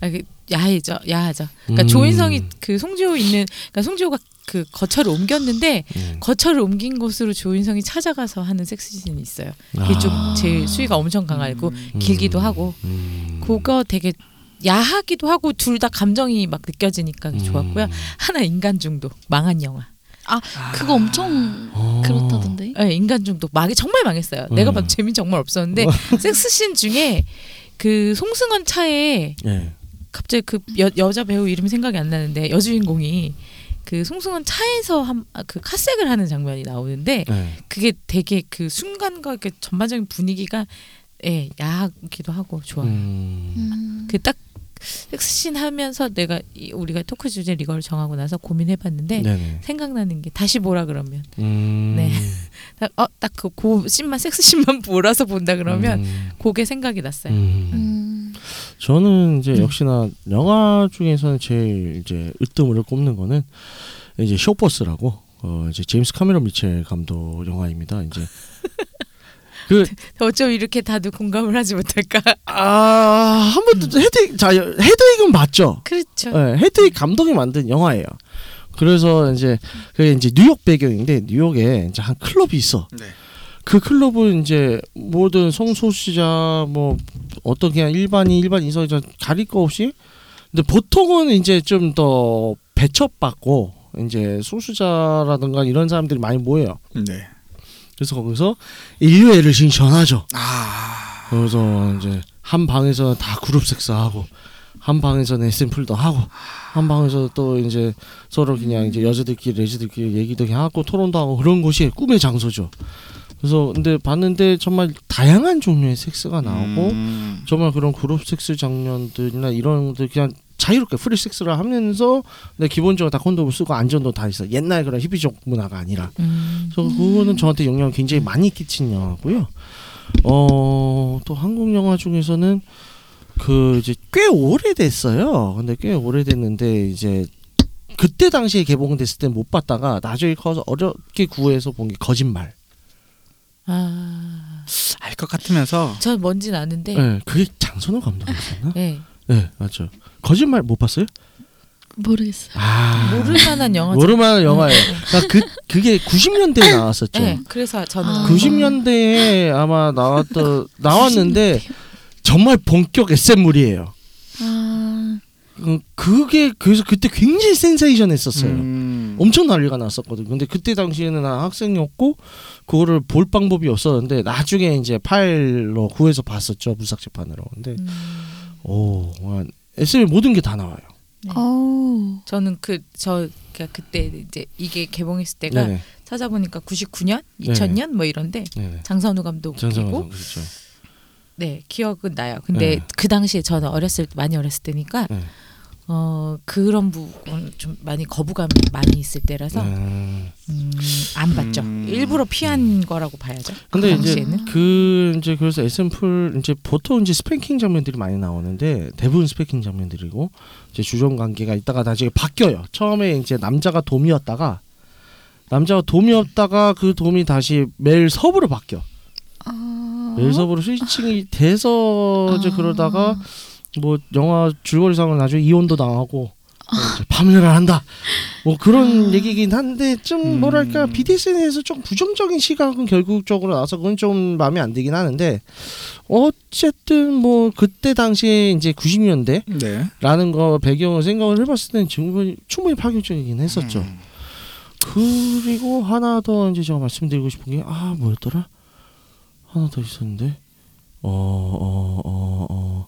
S4: 아, 그 야하죠, 야하죠. 그러니까
S2: 음.
S4: 조인성이 그 송지호 있는, 그러니까 송지호가 그 거처를 옮겼는데
S2: 음.
S4: 거처를 옮긴 곳으로 조인성이 찾아가서 하는 섹스씬이 있어요. 그게
S2: 아.
S4: 좀 제일 수위가 엄청 강하고
S5: 음.
S4: 길기도
S2: 음.
S4: 하고
S2: 음.
S4: 그거 되게 야하기도 하고 둘 다 감정이 막 느껴지니까
S2: 음.
S4: 좋았고요. 하나 인간 중독 망한 영화.
S3: 그거 엄청
S2: 아. 어.
S3: 그렇다던데.
S4: 예, 인간 중독 망이 정말 망했어요.
S2: 음.
S4: 내가 봐도 재미 정말 없었는데 섹스씬 중에 그 송승헌 차에
S5: 네,
S2: 예.
S4: 갑자기 그 여, 여자 배우 이름이 생각이 안 나는데 여주인공이 그 송승헌 차에서 한 그 카색을 하는 장면이 나오는데
S5: 네.
S2: 예.
S4: 그게 되게 그 순간과 그 전반적인 분위기가 예 야하기도 하고 좋아. 요
S2: 음.
S3: 음.
S4: 그 딱 섹스씬 하면서 내가 이, 우리가 토크 주제 이걸 정하고 나서 고민해봤는데
S2: 네네.
S4: 생각나는 게 다시 보라 그러면
S2: 음.
S4: 네. 딱어딱그 씬만 섹스씬만 몰아서 본다 그러면 네.
S2: 음.
S4: 그게 생각이 났어요.
S2: 음.
S3: 음.
S2: 저는 이제 역시나 영화 중에서는 제일 이제 으뜸으로 꼽는 거는 이제 쇼버스라고 어 이제 제임스 카메론 미첼 감독 영화입니다. 이제 그
S4: 어쩜 이렇게 다들 공감을 하지 못할까?
S2: 아, 한 번도 헤드 자 헤드윅은 맞죠?
S4: 그렇죠.
S2: 네, 헤드윅 감독이 만든 영화예요. 그래서 이제 그게 이제 뉴욕 배경인데 뉴욕에 이제 한 클럽이 있어.
S5: 네.
S2: 그 클럽은 이제 모든 성소수자 뭐 어떤 그냥 일반인 일반 인성 가릴 거 없이 근데 보통은 이제 좀 더 배척받고 이제 소수자라든가 이런 사람들이 많이 모여요.
S5: 네.
S2: 그래서 거기서 인류애를 신청하죠.
S5: 아,
S2: 그래서 이제 한 방에서 다 그룹 섹스하고 한 방에서는 샘플도 하고 한 방에서 또 이제 서로 그냥 이제 여자들끼리 레즈들끼리 얘기도 그냥 하고 토론도 하고 그런 곳이 꿈의 장소죠. 그래서 근데 봤는데 정말 다양한 종류의 섹스가 나오고
S5: 음.
S2: 정말 그런 그룹 섹스 장면들이나 이런 것들 그냥 자유롭게 프리 섹스를 하면서 근데 기본적으로 다 콘돔을 쓰고 안전도 다 있어. 옛날 그런 히피족 문화가 아니라
S4: 음.
S2: 그래서 그거는 저한테 영향 을 굉장히 많이 끼친 영화고요. 어, 또 한국 영화 중에서는 그 이제 꽤 오래됐어요. 근데 꽤 오래됐는데 이제 그때 당시에 개봉됐을 때 못 봤다가 나중에 커서 어렵게 구해서 본 게 거짓말.
S4: 아,
S5: 알 것 같으면서
S4: 전 뭔진 아는데.
S2: 예,
S4: 네.
S2: 그게 장선호 감독이었나? 예, 맞죠. 거짓말 못 봤어요?
S3: 모르겠어요.
S2: 아,
S4: 모를 만한 영화.
S2: 모르만 영화예요. 그러니까 그 그게 90년대에 나왔었죠.
S4: 네, 그래서 저는
S3: 아.
S2: 90년대에 아마 나왔던 나왔는데 정말 본격 SM물이에요.
S3: 아,
S2: 그게 그래서 그때 굉장히 센세이션했었어요.
S5: 음.
S2: 엄청 난리가 났었거든. 근데 그때 당시에는 난 학생이었고 그거를 볼 방법이 없었는데 나중에 이제 파일로 구해서 봤었죠 무삭 재판으로. 근데
S4: 음.
S2: 오 SM 의 모든 게 다 나와요.
S4: 네.
S2: 어.
S3: 오.
S4: 저는 그 저 그러니까 그때 이제 이게 개봉했을 때가
S2: 네네.
S4: 찾아보니까 99년, 2000년 뭐 이런데
S2: 네네.
S4: 장선우 감독이고
S2: 장성호 그렇죠.
S4: 네 기억은 나요. 근데
S2: 네.
S4: 그 당시에 저는 어렸을 때 많이 어렸을 때니까
S2: 네.
S4: 어 그런 부분 좀 많이 거부감이 많이 있을 때라서
S2: 음.
S4: 음, 안 봤죠.
S5: 음.
S4: 일부러 피한 거라고 봐야죠.
S2: 근데
S4: 그
S2: 이제
S4: 당시에는
S2: 그 이제 그래서 에센풀 이제 보통 이제 스팽킹 장면들이 많이 나오는데 대부분 스팽킹 장면들이고 이제 주종 관계가 있다가 나중에 바뀌어요. 처음에 이제 남자가 돔이었다가 남자가 돔이었다가 그 돔이 다시 매일 섭으로 바뀌어.
S3: 아.
S2: 매일 섭으로 스위칭이 돼서
S4: 아.
S2: 이제 그러다가 뭐 영화 줄거리상은 나중에 이혼도 당하고 뭐 이제 파멸을 한다. 뭐 그런 얘기긴 한데 좀 뭐랄까 BTS 내에서 좀 부정적인 시각은 결국적으로 나서 그건 좀 마음에 안 들긴 하는데 어쨌든 뭐 그때 당시에 이제 90년대라는
S5: 네.
S2: 거 배경을 생각을 해봤을 때는 충분히 충분히 파격적이긴 했었죠. 그리고 하나 더 이제 제가 말씀드리고 싶은 게 아 뭐였더라 하나 더 어, 있었는데 어어어어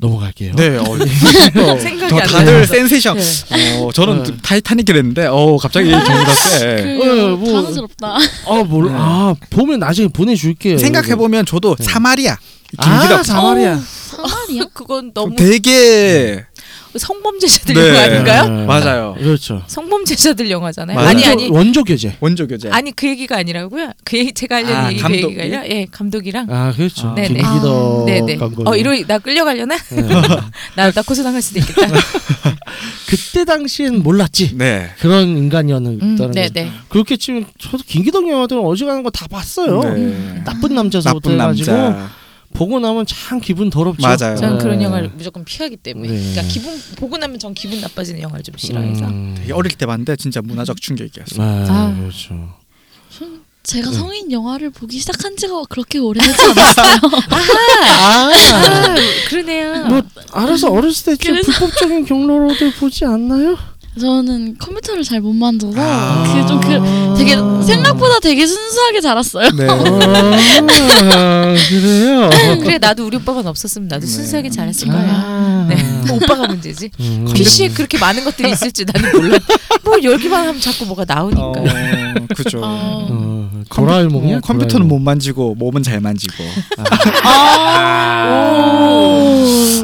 S2: 넘어갈게요.
S5: 네. 어,
S1: 생각이
S5: 더
S1: 안
S5: 다들
S1: 나요.
S5: 센세이션. 어, 저는
S2: 네.
S5: 타이타닉을 했는데 어, 갑자기 정리가 세.
S3: 그
S2: 어, 뭐.
S3: 당황스럽다.
S2: 아 몰라.
S5: 네.
S2: 아 보면 나중에 보내줄게요.
S5: 생각해 보면 저도
S2: 네.
S5: 사마리아
S2: 아,
S5: 김기덕 어,
S2: 사마리아.
S1: 사마리아? 그건 너무
S5: 되게
S4: 성범죄자들
S5: 네.
S4: 영화 아닌가요?
S2: 네.
S5: 맞아요.
S2: 그렇죠.
S4: 성범죄자들 영화잖아요.
S5: 맞아요.
S4: 아니
S2: 원조-
S4: 아니
S2: 원조 교재.
S5: 원조 교재.
S4: 아니 그 얘기가 아니라고요. 그 얘기 제가 하려는
S5: 네. 아,
S4: 얘기
S5: 감독이?
S4: 그 얘기가 아니라 예 감독이랑
S2: 아 그렇죠.
S5: 아.
S4: 네네.
S2: 김기덕
S4: 네네.
S2: 광고.
S4: 어 이러 나 끌려가려나? 나 나 고소 당할 수도 있겠다.
S2: 그때 당시엔 몰랐지.
S5: 네.
S2: 그런 인간이었다는
S4: 음,
S2: 거죠.
S4: 네네.
S2: 그렇게 치면 저도 김기덕 영화들은 어지간한 거 다 봤어요. 음.
S5: 네.
S2: 나쁜 남자서부터
S5: 나쁜
S2: 해가지고
S5: 남자.
S2: 보고 나면 참 기분 더럽죠.
S5: 맞아요.
S4: 전 그런
S2: 네.
S4: 영화를 무조건 피하기 때문에.
S2: 네.
S4: 그러니까 기분 보고 나면 전 기분 나빠지는 영화를 좀 싫어해서.
S2: 음.
S5: 되게 어릴 때 봤는데 진짜 문화적 충격이었어요.
S2: 아,
S4: 아.
S2: 그렇죠.
S3: 제가
S2: 네.
S3: 성인 영화를 보기 시작한 지가 그렇게 오래되지 않았어요.
S2: 아,
S4: 아, 그러네요.
S2: 뭐 알아서 어렸을 때 좀 불법적인 경로로들 보지 않나요?
S3: 저는 컴퓨터를 잘 못 만져서
S5: 아.
S3: 그게 좀 그, 되게 생각보다 되게 순수하게 자랐어요.
S5: 네.
S2: 아, 그래요.
S4: 그래 나도 우리 오빠만 없었으면 나도
S5: 네.
S4: 순수하게 잘했을 거야.
S2: 뭐. 아.
S4: 네. 뭐 오빠가 문제지.
S2: 음.
S4: PC에 그렇게 많은 것들이 있을 줄 나는 몰라. 뭐 열기만 하면 자꾸 뭐가
S5: 어,
S4: 나오니까.
S5: 그죠.
S3: 어.
S2: 어, 도라에몽이야?
S5: 어, 컴퓨터는
S2: 도라에몽.
S5: 못 만지고 몸은 잘 만지고.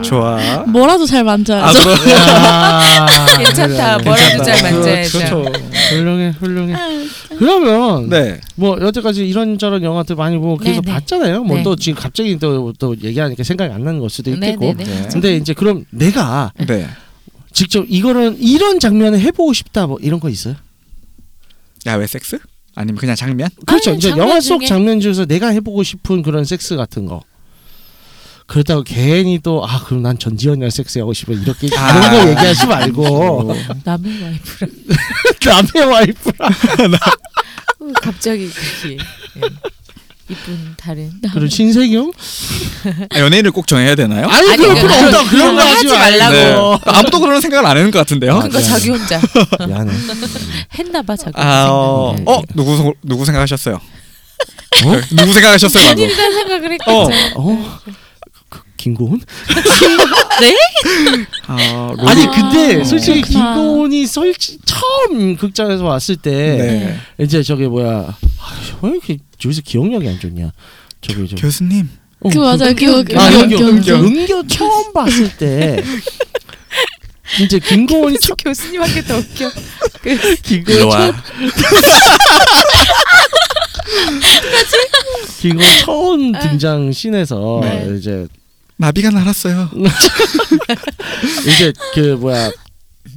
S5: 좋아.
S3: 어, 뭐라도 잘 만져야죠.
S5: 그럼-
S2: 아,
S4: 괜찮다.
S2: 그래.
S4: 뭐라도
S5: 네. 괜찮다.
S4: 잘 만져야죠.
S5: 그렇죠.
S2: 훌륭해, 훌륭해. 그러면
S5: 네.
S2: 뭐 여태까지 이런저런 영화들 많이 보고 계속
S4: 네, 네.
S2: 봤잖아요. 뭐
S4: 네.
S2: 또 지금 갑자기 또, 또 얘기하니까 생각이 안 나는 걸 수도 있겠고.
S4: 네네네.
S5: 네.
S2: 근데 이제 그럼 내가
S5: 네.
S2: 직접 이거는 이런 장면을 해보고 싶다 뭐 이런 거 있어요?
S5: 야외 섹스? 아니면 그냥 장면?
S2: 그렇죠.
S4: 아니,
S2: 이제
S4: 장면
S2: 영화 속
S4: 중에.
S2: 장면 중에서 내가 해보고 싶은 그런 섹스 같은 거. 그렇다고 괜히 또 아 그럼 난 전지현이랑 섹스하고 싶어 이렇게 그런
S5: 아.
S2: 거 얘기하지 말고
S4: 남의 와이프랑
S2: 남의 와이프랑
S4: 음, 갑자기 그렇게 예. 이쁜 다른
S2: 그리고 신세경
S5: 아, 연예인을 꼭 정해야 되나요?
S2: 아니,
S4: 아니,
S2: 그럴
S4: 그건
S2: 필요 없다
S4: 그런
S2: 그런 거
S4: 거
S2: 하지
S4: 하지 말라고.
S5: 네.
S2: 말라고
S5: 아무도 그런 생각을 안 하는 것 같은데요. 네.
S4: 그거
S2: 맞아요.
S4: 자기 혼자
S2: 미안해
S4: 했나봐 자기
S5: 아, 어,
S4: 생각을.
S5: 어 누구 소- 누구 생각하셨어요? 네, 누구 생각하셨어요, 방금?
S4: 일단 생각을 했겠죠.
S5: 어.
S2: 어? 그, 김고은?
S5: 아, 로...
S2: 아니 그- 근데 솔직히
S3: 그렇구나.
S2: 김고은이 솔직 처음 극장에서 왔을 때
S5: 네.
S2: 이제 저게 뭐야 아휴, 왜 이렇게 여기서 기억력이 안 좋냐 저기 저
S5: 교수님.
S2: 어,
S3: 그 맞아요. 기억,
S2: 아,
S3: 기억,
S2: 은교,
S3: 기억,
S2: 은교,
S3: 기억.
S2: 은교 처음 봤을 때 이제 김고은이
S4: 그래서 교수님한테 더 웃겨. 그,
S2: 김고은 처음 김고은 처음
S3: 아.
S2: 등장 씬에서
S5: 네.
S2: 이제
S5: 나비가 날았어요.
S2: 이제 그 뭐야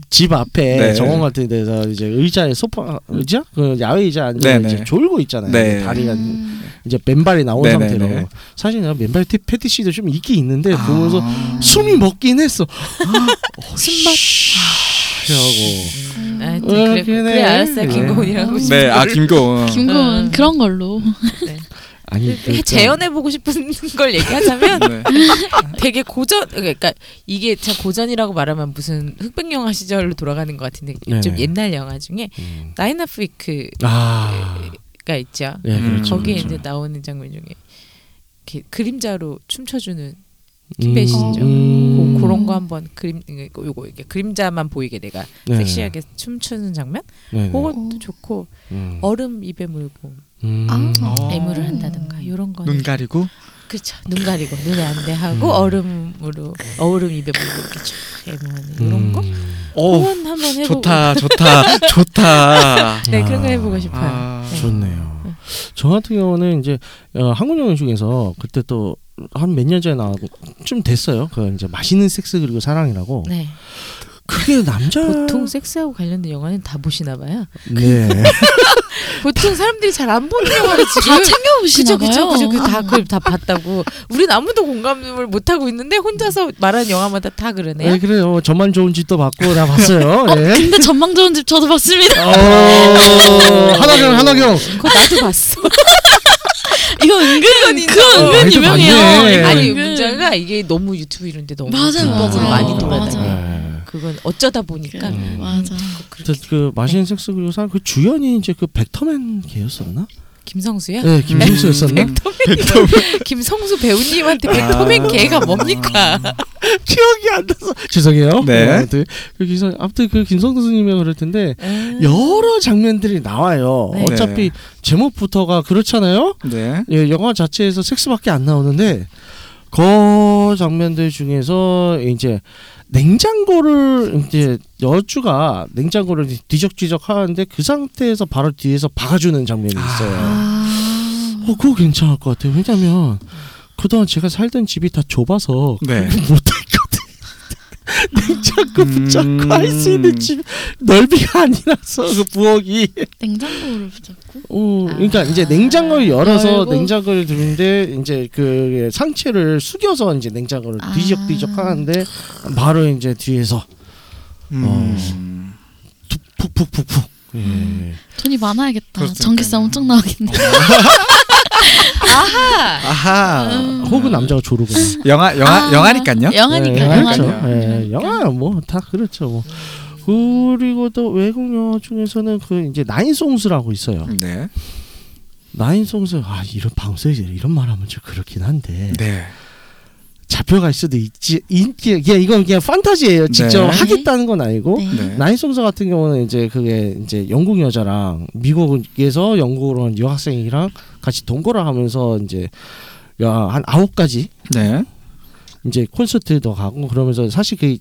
S2: 집 앞에
S5: 네.
S2: 정원 같은 데서 이제 의자에 소파 의자 그 야외 의자 앉아
S5: 네,
S2: 이제
S5: 네.
S2: 졸고 있잖아요.
S5: 네.
S2: 다리가
S3: 음.
S2: 이제 맨발이 나온
S5: 네, 네,
S2: 상태로
S5: 네.
S2: 사실 내가 맨발 티- 패티시도 좀 있긴 있는데
S5: 아.
S2: 보면서 숨이 먹긴 했어. 숨맛.
S3: 음.
S4: 아,
S5: 음.
S2: 어, 그래.
S4: 그래, 그래, 그래 알았어
S2: 네.
S4: 김고은이라고 하고 싶은
S5: 네, 아
S4: 거를
S5: 김고은.
S3: 김고은
S4: 어.
S3: 그런 걸로.
S2: 아니 그-
S4: 재연해 보고 싶은 걸 얘기하자면
S5: 네.
S2: 음.
S4: 되게 고전 그러니까 이게 참 고전이라고 말하면 무슨 흑백 영화 시절로 돌아가는 것 같은데 좀
S2: 네네.
S4: 옛날 영화 중에
S2: 음.
S4: 나인 오브 위크가
S2: 아,
S4: 있죠.
S2: 네,
S5: 음.
S2: 그렇죠.
S4: 거기에
S2: 그렇죠.
S4: 이제 나오는 장면 중에 이렇게 그림자로 춤춰주는
S2: 음,
S4: 배신이죠.
S2: 음.
S4: 고, 뭐 그런 거 한번 그림 요거 이렇게 그림자만 보이게 내가
S2: 네.
S4: 섹시하게 춤추는 장면
S2: 네, 네.
S4: 그것도 좋고
S2: 음.
S4: 얼음 입에 물고
S2: 음.
S3: 아.
S5: 어.
S4: 애무를 한다든가 이런 거
S5: 눈 가리고
S4: 그렇죠 눈 가리고 눈에 안 돼 하고
S2: 음.
S4: 얼음으로 얼음 입에 물고 이렇게 쫙 애무하는
S2: 음.
S4: 이런 거
S5: 오,
S4: 그건 한번 해보고
S5: 좋다, 좋다, 좋다.
S4: 네 그런
S2: 아.
S4: 거 해보고 싶어요
S5: 아,
S4: 네.
S2: 좋네요. 저 같은 경우는 이제 어, 한국 영화 중에서 그때 또 한 몇 년 전에 나왔고 좀 됐어요. 그 이제 맛있는 섹스 그리고 사랑이라고.
S4: 네
S2: 그게 남자
S4: 보통 그, 섹스하고 관련된 영화는 다 보시나 봐요
S2: 네.
S4: 보통 사람들이 잘 안 보는 영화를
S3: 다
S4: 지금
S3: 챙겨보시나
S4: 그죠
S3: 봐요.
S4: 그죠 그죠 그다 그걸 다 봤다고 우린 아무도 공감을 못 하고 있는데 혼자서 말하는 영화마다 다 그러네요
S2: 네, 그래요. 저만 좋은 집도 봤고 다 봤어요. 예.
S3: 근데 전망 좋은 집 저도 봤습니다.
S2: 어, 하나경 하나경.
S4: 그거 나도 봤어
S3: 이거 은근
S5: 어,
S3: 그거
S4: 인정. 어.
S2: 아,
S3: 은근
S2: 이거
S3: 유명해요.
S2: 맞네.
S3: 이거
S4: 아니
S3: 은근.
S4: 문제가 이게 너무 유튜브 이런데 너무
S3: 맞아요,
S4: 불법으로
S3: 맞아요.
S4: 많이
S3: 맞아요. 그러니까
S4: 돌아다니
S2: 네.
S4: 그건 어쩌다 보니까
S2: 음.
S3: 맞아.
S2: 그, 그 맛있는
S4: 네.
S2: 섹스 그리고 사랑 그 주연이 이제 그 백터맨 걔였었나?
S4: 김성수야
S2: 네, 김민수였었나?
S4: 김성수 배우님한테 백토맨 개가 뭡니까
S2: 기억이 안 나서 죄송해요.
S5: 네.
S2: 아무튼 그 기성 아무튼 그 김성수 스님이 그럴 텐데
S4: 음.
S2: 여러 장면들이 나와요.
S4: 네.
S2: 어차피
S5: 네.
S2: 제목부터가 그렇잖아요.
S5: 네.
S2: 예, 영화 자체에서 섹스밖에 안 나오는데 그 장면들 중에서 이제 냉장고를 이제 여주가 냉장고를 이제 뒤적뒤적 하는데 그 상태에서 바로 뒤에서 박아주는 장면이 있어요.
S4: 아.
S2: 어, 그거 괜찮을 것 같아요. 왜냐면 그동안 제가 살던 집이 다 좁아서
S5: 네.
S2: 못했거든. 냉장고
S5: 음.
S2: 붙잡고 할 수 있는 집 넓이가 아니라서 그 부엌이.
S1: 냉장고를 붙잡고
S2: 어,
S4: 아.
S2: 그러니까 이제 냉장고를 열어서
S1: 열고.
S2: 냉장고를 두는데 이제 그 상체를 숙여서 이제 냉장고를
S3: 아.
S2: 뒤적뒤적 하는데 바로 이제 뒤에서
S5: 음.
S2: 툭, 푹푹푹푹. 예.
S3: 돈이 많아야겠다.
S5: 그렇습니다.
S3: 전기세 엄청 나오겠네.
S5: 아하.
S3: 음.
S2: 혹은 남자가 조르거나.
S5: 영화 영화
S3: 아.
S5: 영화니까요. 네.
S2: 예,
S3: 영화니까 영화.
S2: 그렇죠.
S5: 영화.
S2: 예, 영화 뭐다 그렇죠. 뭐. 그리고 또 외국 영화 중에서는 그 이제 나인송스라고 있어요.
S5: 네.
S2: 나인송스 아 이런 방송에서 이런 말하면 좀 그렇긴 한데
S5: 네.
S2: 잡혀갈 수도 있지. 인기 그냥 이건 그냥 판타지예요. 직접
S5: 네.
S2: 하겠다는 건 아니고.
S3: 네.
S5: 네.
S2: 나인송스 같은 경우는 이제 그게 이제 영국 여자랑 미국에서 영국으로 온 여학생이랑 같이 동거를 하면서 이제 야, 한 아홉 가지
S5: 네.
S2: 이제 콘서트도 가고 그러면서 사실 그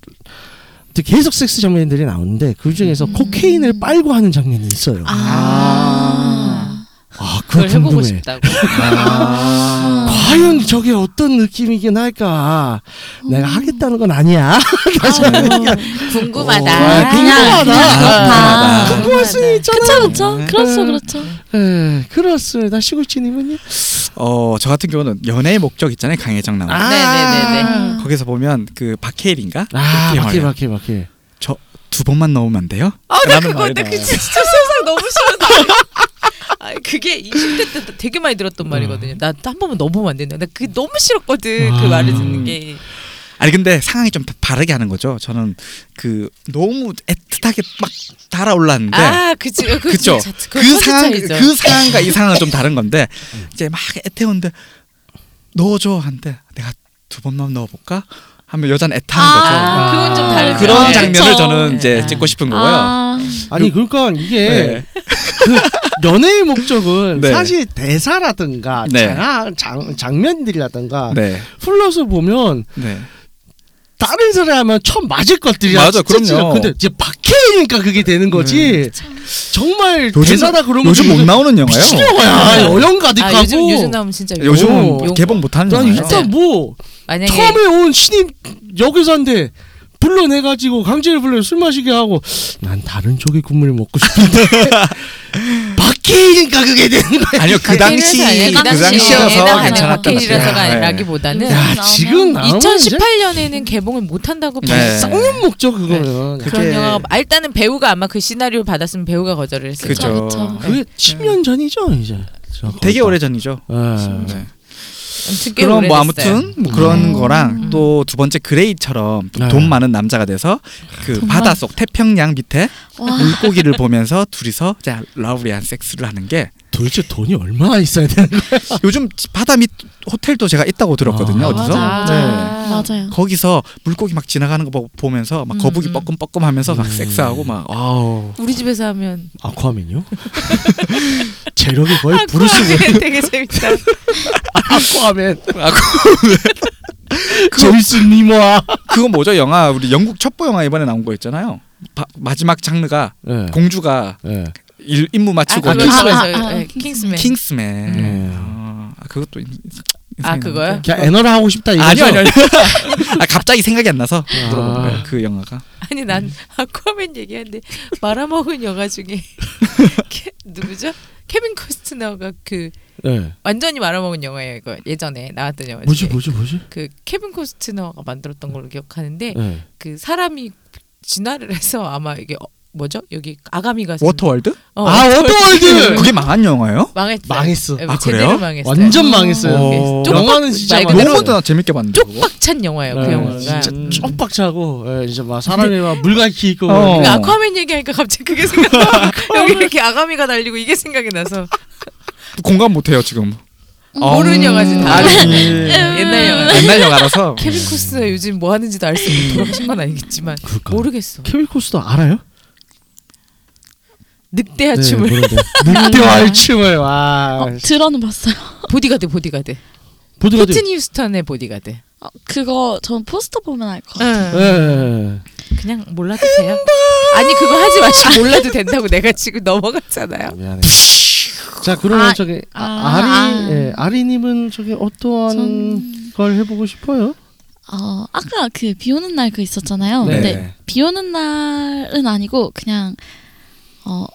S2: 계속 섹스 장면들이 나오는데 그 중에서
S3: 음.
S2: 코케인을 빨고 하는 장면이 있어요. 아,
S4: 아.
S3: 아.
S2: 그거
S4: 그걸 해보고
S2: 궁금해.
S4: 싶다고.
S5: 아.
S2: 과연 저게 어떤 느낌이긴 할까? 내가
S4: 음.
S2: 하겠다는 건 아니야. 다시
S3: 아,
S4: 네.
S2: 말해.
S4: 궁금하다.
S2: 아, 궁금하다.
S3: 그냥
S5: 아.
S3: 그렇다.
S2: 궁금할 수 있잖아.
S3: 그렇죠, 그렇죠. 그렇죠,
S2: 음.
S3: 그렇죠.
S2: 예, 그렇습니다. 시골지님은요?
S5: 어, 저 같은 경우는 연애의 목적 있잖아요. 강혜정 나온.
S4: 네, 네, 네,
S3: 네.
S5: 거기서 보면 그 박해일인가?
S2: 아, 막힐
S5: 그 영화를
S2: 막힐 막힐.
S5: 두 번만 넣으면 안 돼요?
S4: 아, 나
S5: 라는
S4: 그거
S5: 말이
S4: 나
S5: 나와요.
S4: 그 진짜 세상 너무 싫은데. 아, 그게 20대 때 되게 많이
S5: 음.
S4: 들었던 말이거든요. 나 한 번만 넘으면 안 된다. 나 그게 너무 싫었거든. 그
S5: 음.
S2: 아.
S4: 말을 듣는 게.
S5: 아니 근데 상황이 좀 다- 바르게 하는 거죠. 저는 그 너무 애틋하게 막 달아올랐는데
S4: 아, 그치. 그, 그,
S5: 네. 그쵸.
S4: 자-
S5: 그,
S4: 그건
S5: 상황
S4: 차이죠. 음.
S5: 그 상황과 이 상황은 좀 다른 건데 이제 막 애태우는데 넣어줘 한데 내가 두 번만 넣어볼까 하면 여자는 애타는
S3: 아,
S4: 그건 좀 다르죠.
S5: 거죠. 그런
S4: 네.
S5: 장면을
S3: 그쵸.
S5: 저는 이제
S4: 네.
S5: 찍고 싶은 거고요.
S3: 아,
S2: 아니 그러니까 이게
S5: 네.
S2: 연애의 목적은
S5: 네.
S2: 사실 대사라든가
S5: 네.
S2: 장, 장, 장면들이라든가
S5: 네.
S2: 플러스 보면
S5: 네.
S2: 다른 사람이 하면 처음 맞을 것들이야.
S5: 맞아, 그럼요. 음.
S2: 찌질해. 근데 이제 박해이니까 그게 되는 거지. 정말
S5: 요즘-
S2: 대사다 그러면
S5: 요즘 네. 못 나오는 영화요.
S2: 미친 영화야. 여행 가득하고.
S4: 아, 요즘 요즘 나오면 진짜
S5: 요즘은
S4: 용-
S5: 개봉 못하는
S2: 난
S5: 영화예요.
S2: 일단 뭐
S4: 만약에
S2: 처음에 온 신입 여기서인데 불러내가지고 강제로 불러 술 마시게 하고 난 다른 쪽의 국물을 먹고 싶은데 박해이니까 그게 되는 거야.
S5: 아니요 그 당시
S4: 박해일에서 아니라
S5: 그
S4: 그 당시에
S5: 당시여서
S4: 해당하는
S5: 괜찮았던 것
S4: 박해일이라서가
S5: 같아요. 네.
S4: 아니라기보다는
S3: 야,
S2: 야 지금 나오면 이제
S4: 2018년에는 개봉을 못 한다고
S5: 네.
S4: 봤어요.
S2: 썩는 목적 그거는.
S5: 그-
S4: 그런
S5: 그게-
S4: 영화가 아, 일단은 배우가 아마 그 시나리오 받았으면 배우가 거절을 했을 거예요.
S3: 그쵸.
S5: 그죠.
S2: 그게 10년 전이죠 이제. 저
S5: 되게
S2: 거기다.
S5: 오래 전이죠.
S2: 예.
S5: 네.
S4: 아무튼 꽤
S5: 그럼 뭐
S4: 오래됐어요.
S5: 아무튼 뭐 그런
S3: 음.
S5: 거랑 또 두 번째 그레이처럼 또
S2: 네.
S5: 돈 많은 남자가 돼서 그
S3: 돈
S5: 바다
S3: 많-
S5: 속 태평양 밑에
S3: 와.
S5: 물고기를 보면서 둘이서 자 러블리한 섹스를 하는 게
S2: 도대체 돈이 얼마나 있어야 되는 거야?
S4: 아.
S5: 요즘 바다 밑 호텔도 제가 있다고 들었거든요
S2: 아,
S5: 어디서
S4: 맞아.
S5: 네.
S3: 맞아요.
S5: 거기서 물고기 막 지나가는 거 보- 보면서 막 거북이
S4: 음, 음.
S5: 뻐끔뻐끔하면서 막
S2: 음.
S5: 섹스하고 막 아우
S4: 우리 집에서 하면
S2: 아쿠아맨요? 재력이 거의 부르스고
S4: 아, 되게 재밌다. 아,
S2: 아쿠아맨.
S5: 그-
S2: 제임스 니모아.
S5: 그거 뭐죠 영화 우리 영국 첩보 영화 이번에 나온 거 있잖아요 바, 마지막 장르가
S2: 예.
S5: 공주가
S2: 예.
S5: 일, 임무 마치고
S4: 아,
S5: 오는
S4: 그거
S3: 킹스맨.
S4: 좋아해서,
S3: 아, 아,
S4: 예,
S3: 아,
S4: 킹스맨.
S5: 킹스맨
S2: 음.
S5: 어, 아, 그것도 인-
S4: 아
S5: 인상이
S4: 그거요?
S2: 그냥 애너를 하고 싶다 이거죠?
S5: 아니요 아니요 아니요. 아 갑자기 생각이 안 나서
S2: 아.
S5: 물어본 거예요 그 영화가
S4: 아니 난 아쿠아맨 얘기하는데 말아먹은 영화 중에 캐, 누구죠? 케빈 코스트너가 그
S2: 예.
S4: 완전히 말아먹은 영화예요 이거 예전에 나왔던 영화
S2: 뭐지
S4: 중에
S2: 뭐지 뭐지?
S4: 그 케빈 코스트너가 만들었던 걸로 기억하는데
S2: 예.
S4: 그 사람이 진화를 해서 아마 이게 어, 뭐죠 여기 아가미가 생-
S5: 워터월드?
S4: 어,
S2: 아 워터월드.
S5: 그게 망한 영화예요?
S4: 망했어
S2: 망했어.
S5: 아,
S4: 뭐 제대로
S5: 그래요?
S4: 망했어요
S2: 예. 완전 망했어요.
S5: 어.
S4: 쪽박-
S2: 영화는 진짜
S4: 말
S2: 망했어요.
S4: 그대로
S5: 너무나 재밌게 봤는데 그거?
S4: 쪽박찬 영화예요 그
S2: 예,
S4: 영화가
S2: 진짜 쪽박차고 예, 이제 막 사람이 막 물갈퀴 있고
S5: 어.
S4: 그 아쿠아맨 얘기하니까 갑자기 그게 생각나 여기 이렇게 아가미가 날리고 이게 생각이 나서
S5: 공감 못해요 지금
S4: 어,
S5: 모르는
S4: 영화지, 다. 옛날 영화.
S5: 음. 옛날 영화라서
S4: 케빈 코스가 요즘 뭐 하는지도 알 수 없고 돌아가신 건 아니겠지만
S2: 그럴까?
S4: 모르겠어.
S2: 케빈 코스도 알아요? 네,
S4: 늑대야 아, 춤을 네.
S2: 모르는데. 늑대와의 춤을 와.
S3: 어, 들어는 봤어요.
S4: 보디가드 보디가드.
S2: 보드가드.
S4: 코트니 휴스턴의 보디가드.
S3: 어, 그거 전 포스터 보면 알 것 같아요.
S2: 예,
S4: 응.
S2: 예.
S4: 그냥 몰라도 돼요. 아니 그거 하지 마시고 몰라도 된다고 내가 지금 넘어갔잖아요.
S2: 미안해. 자 그러면
S3: 아,
S2: 저기 아,
S3: 아,
S2: 아리
S3: 아.
S2: 예, 아리님은 저기 어떠한
S3: 전-
S2: 걸 해보고 싶어요?
S3: 어, 아까 그 비 오는 날 그 있었잖아요.
S2: 네.
S3: 근데 비 오는 날은 아니고 그냥 어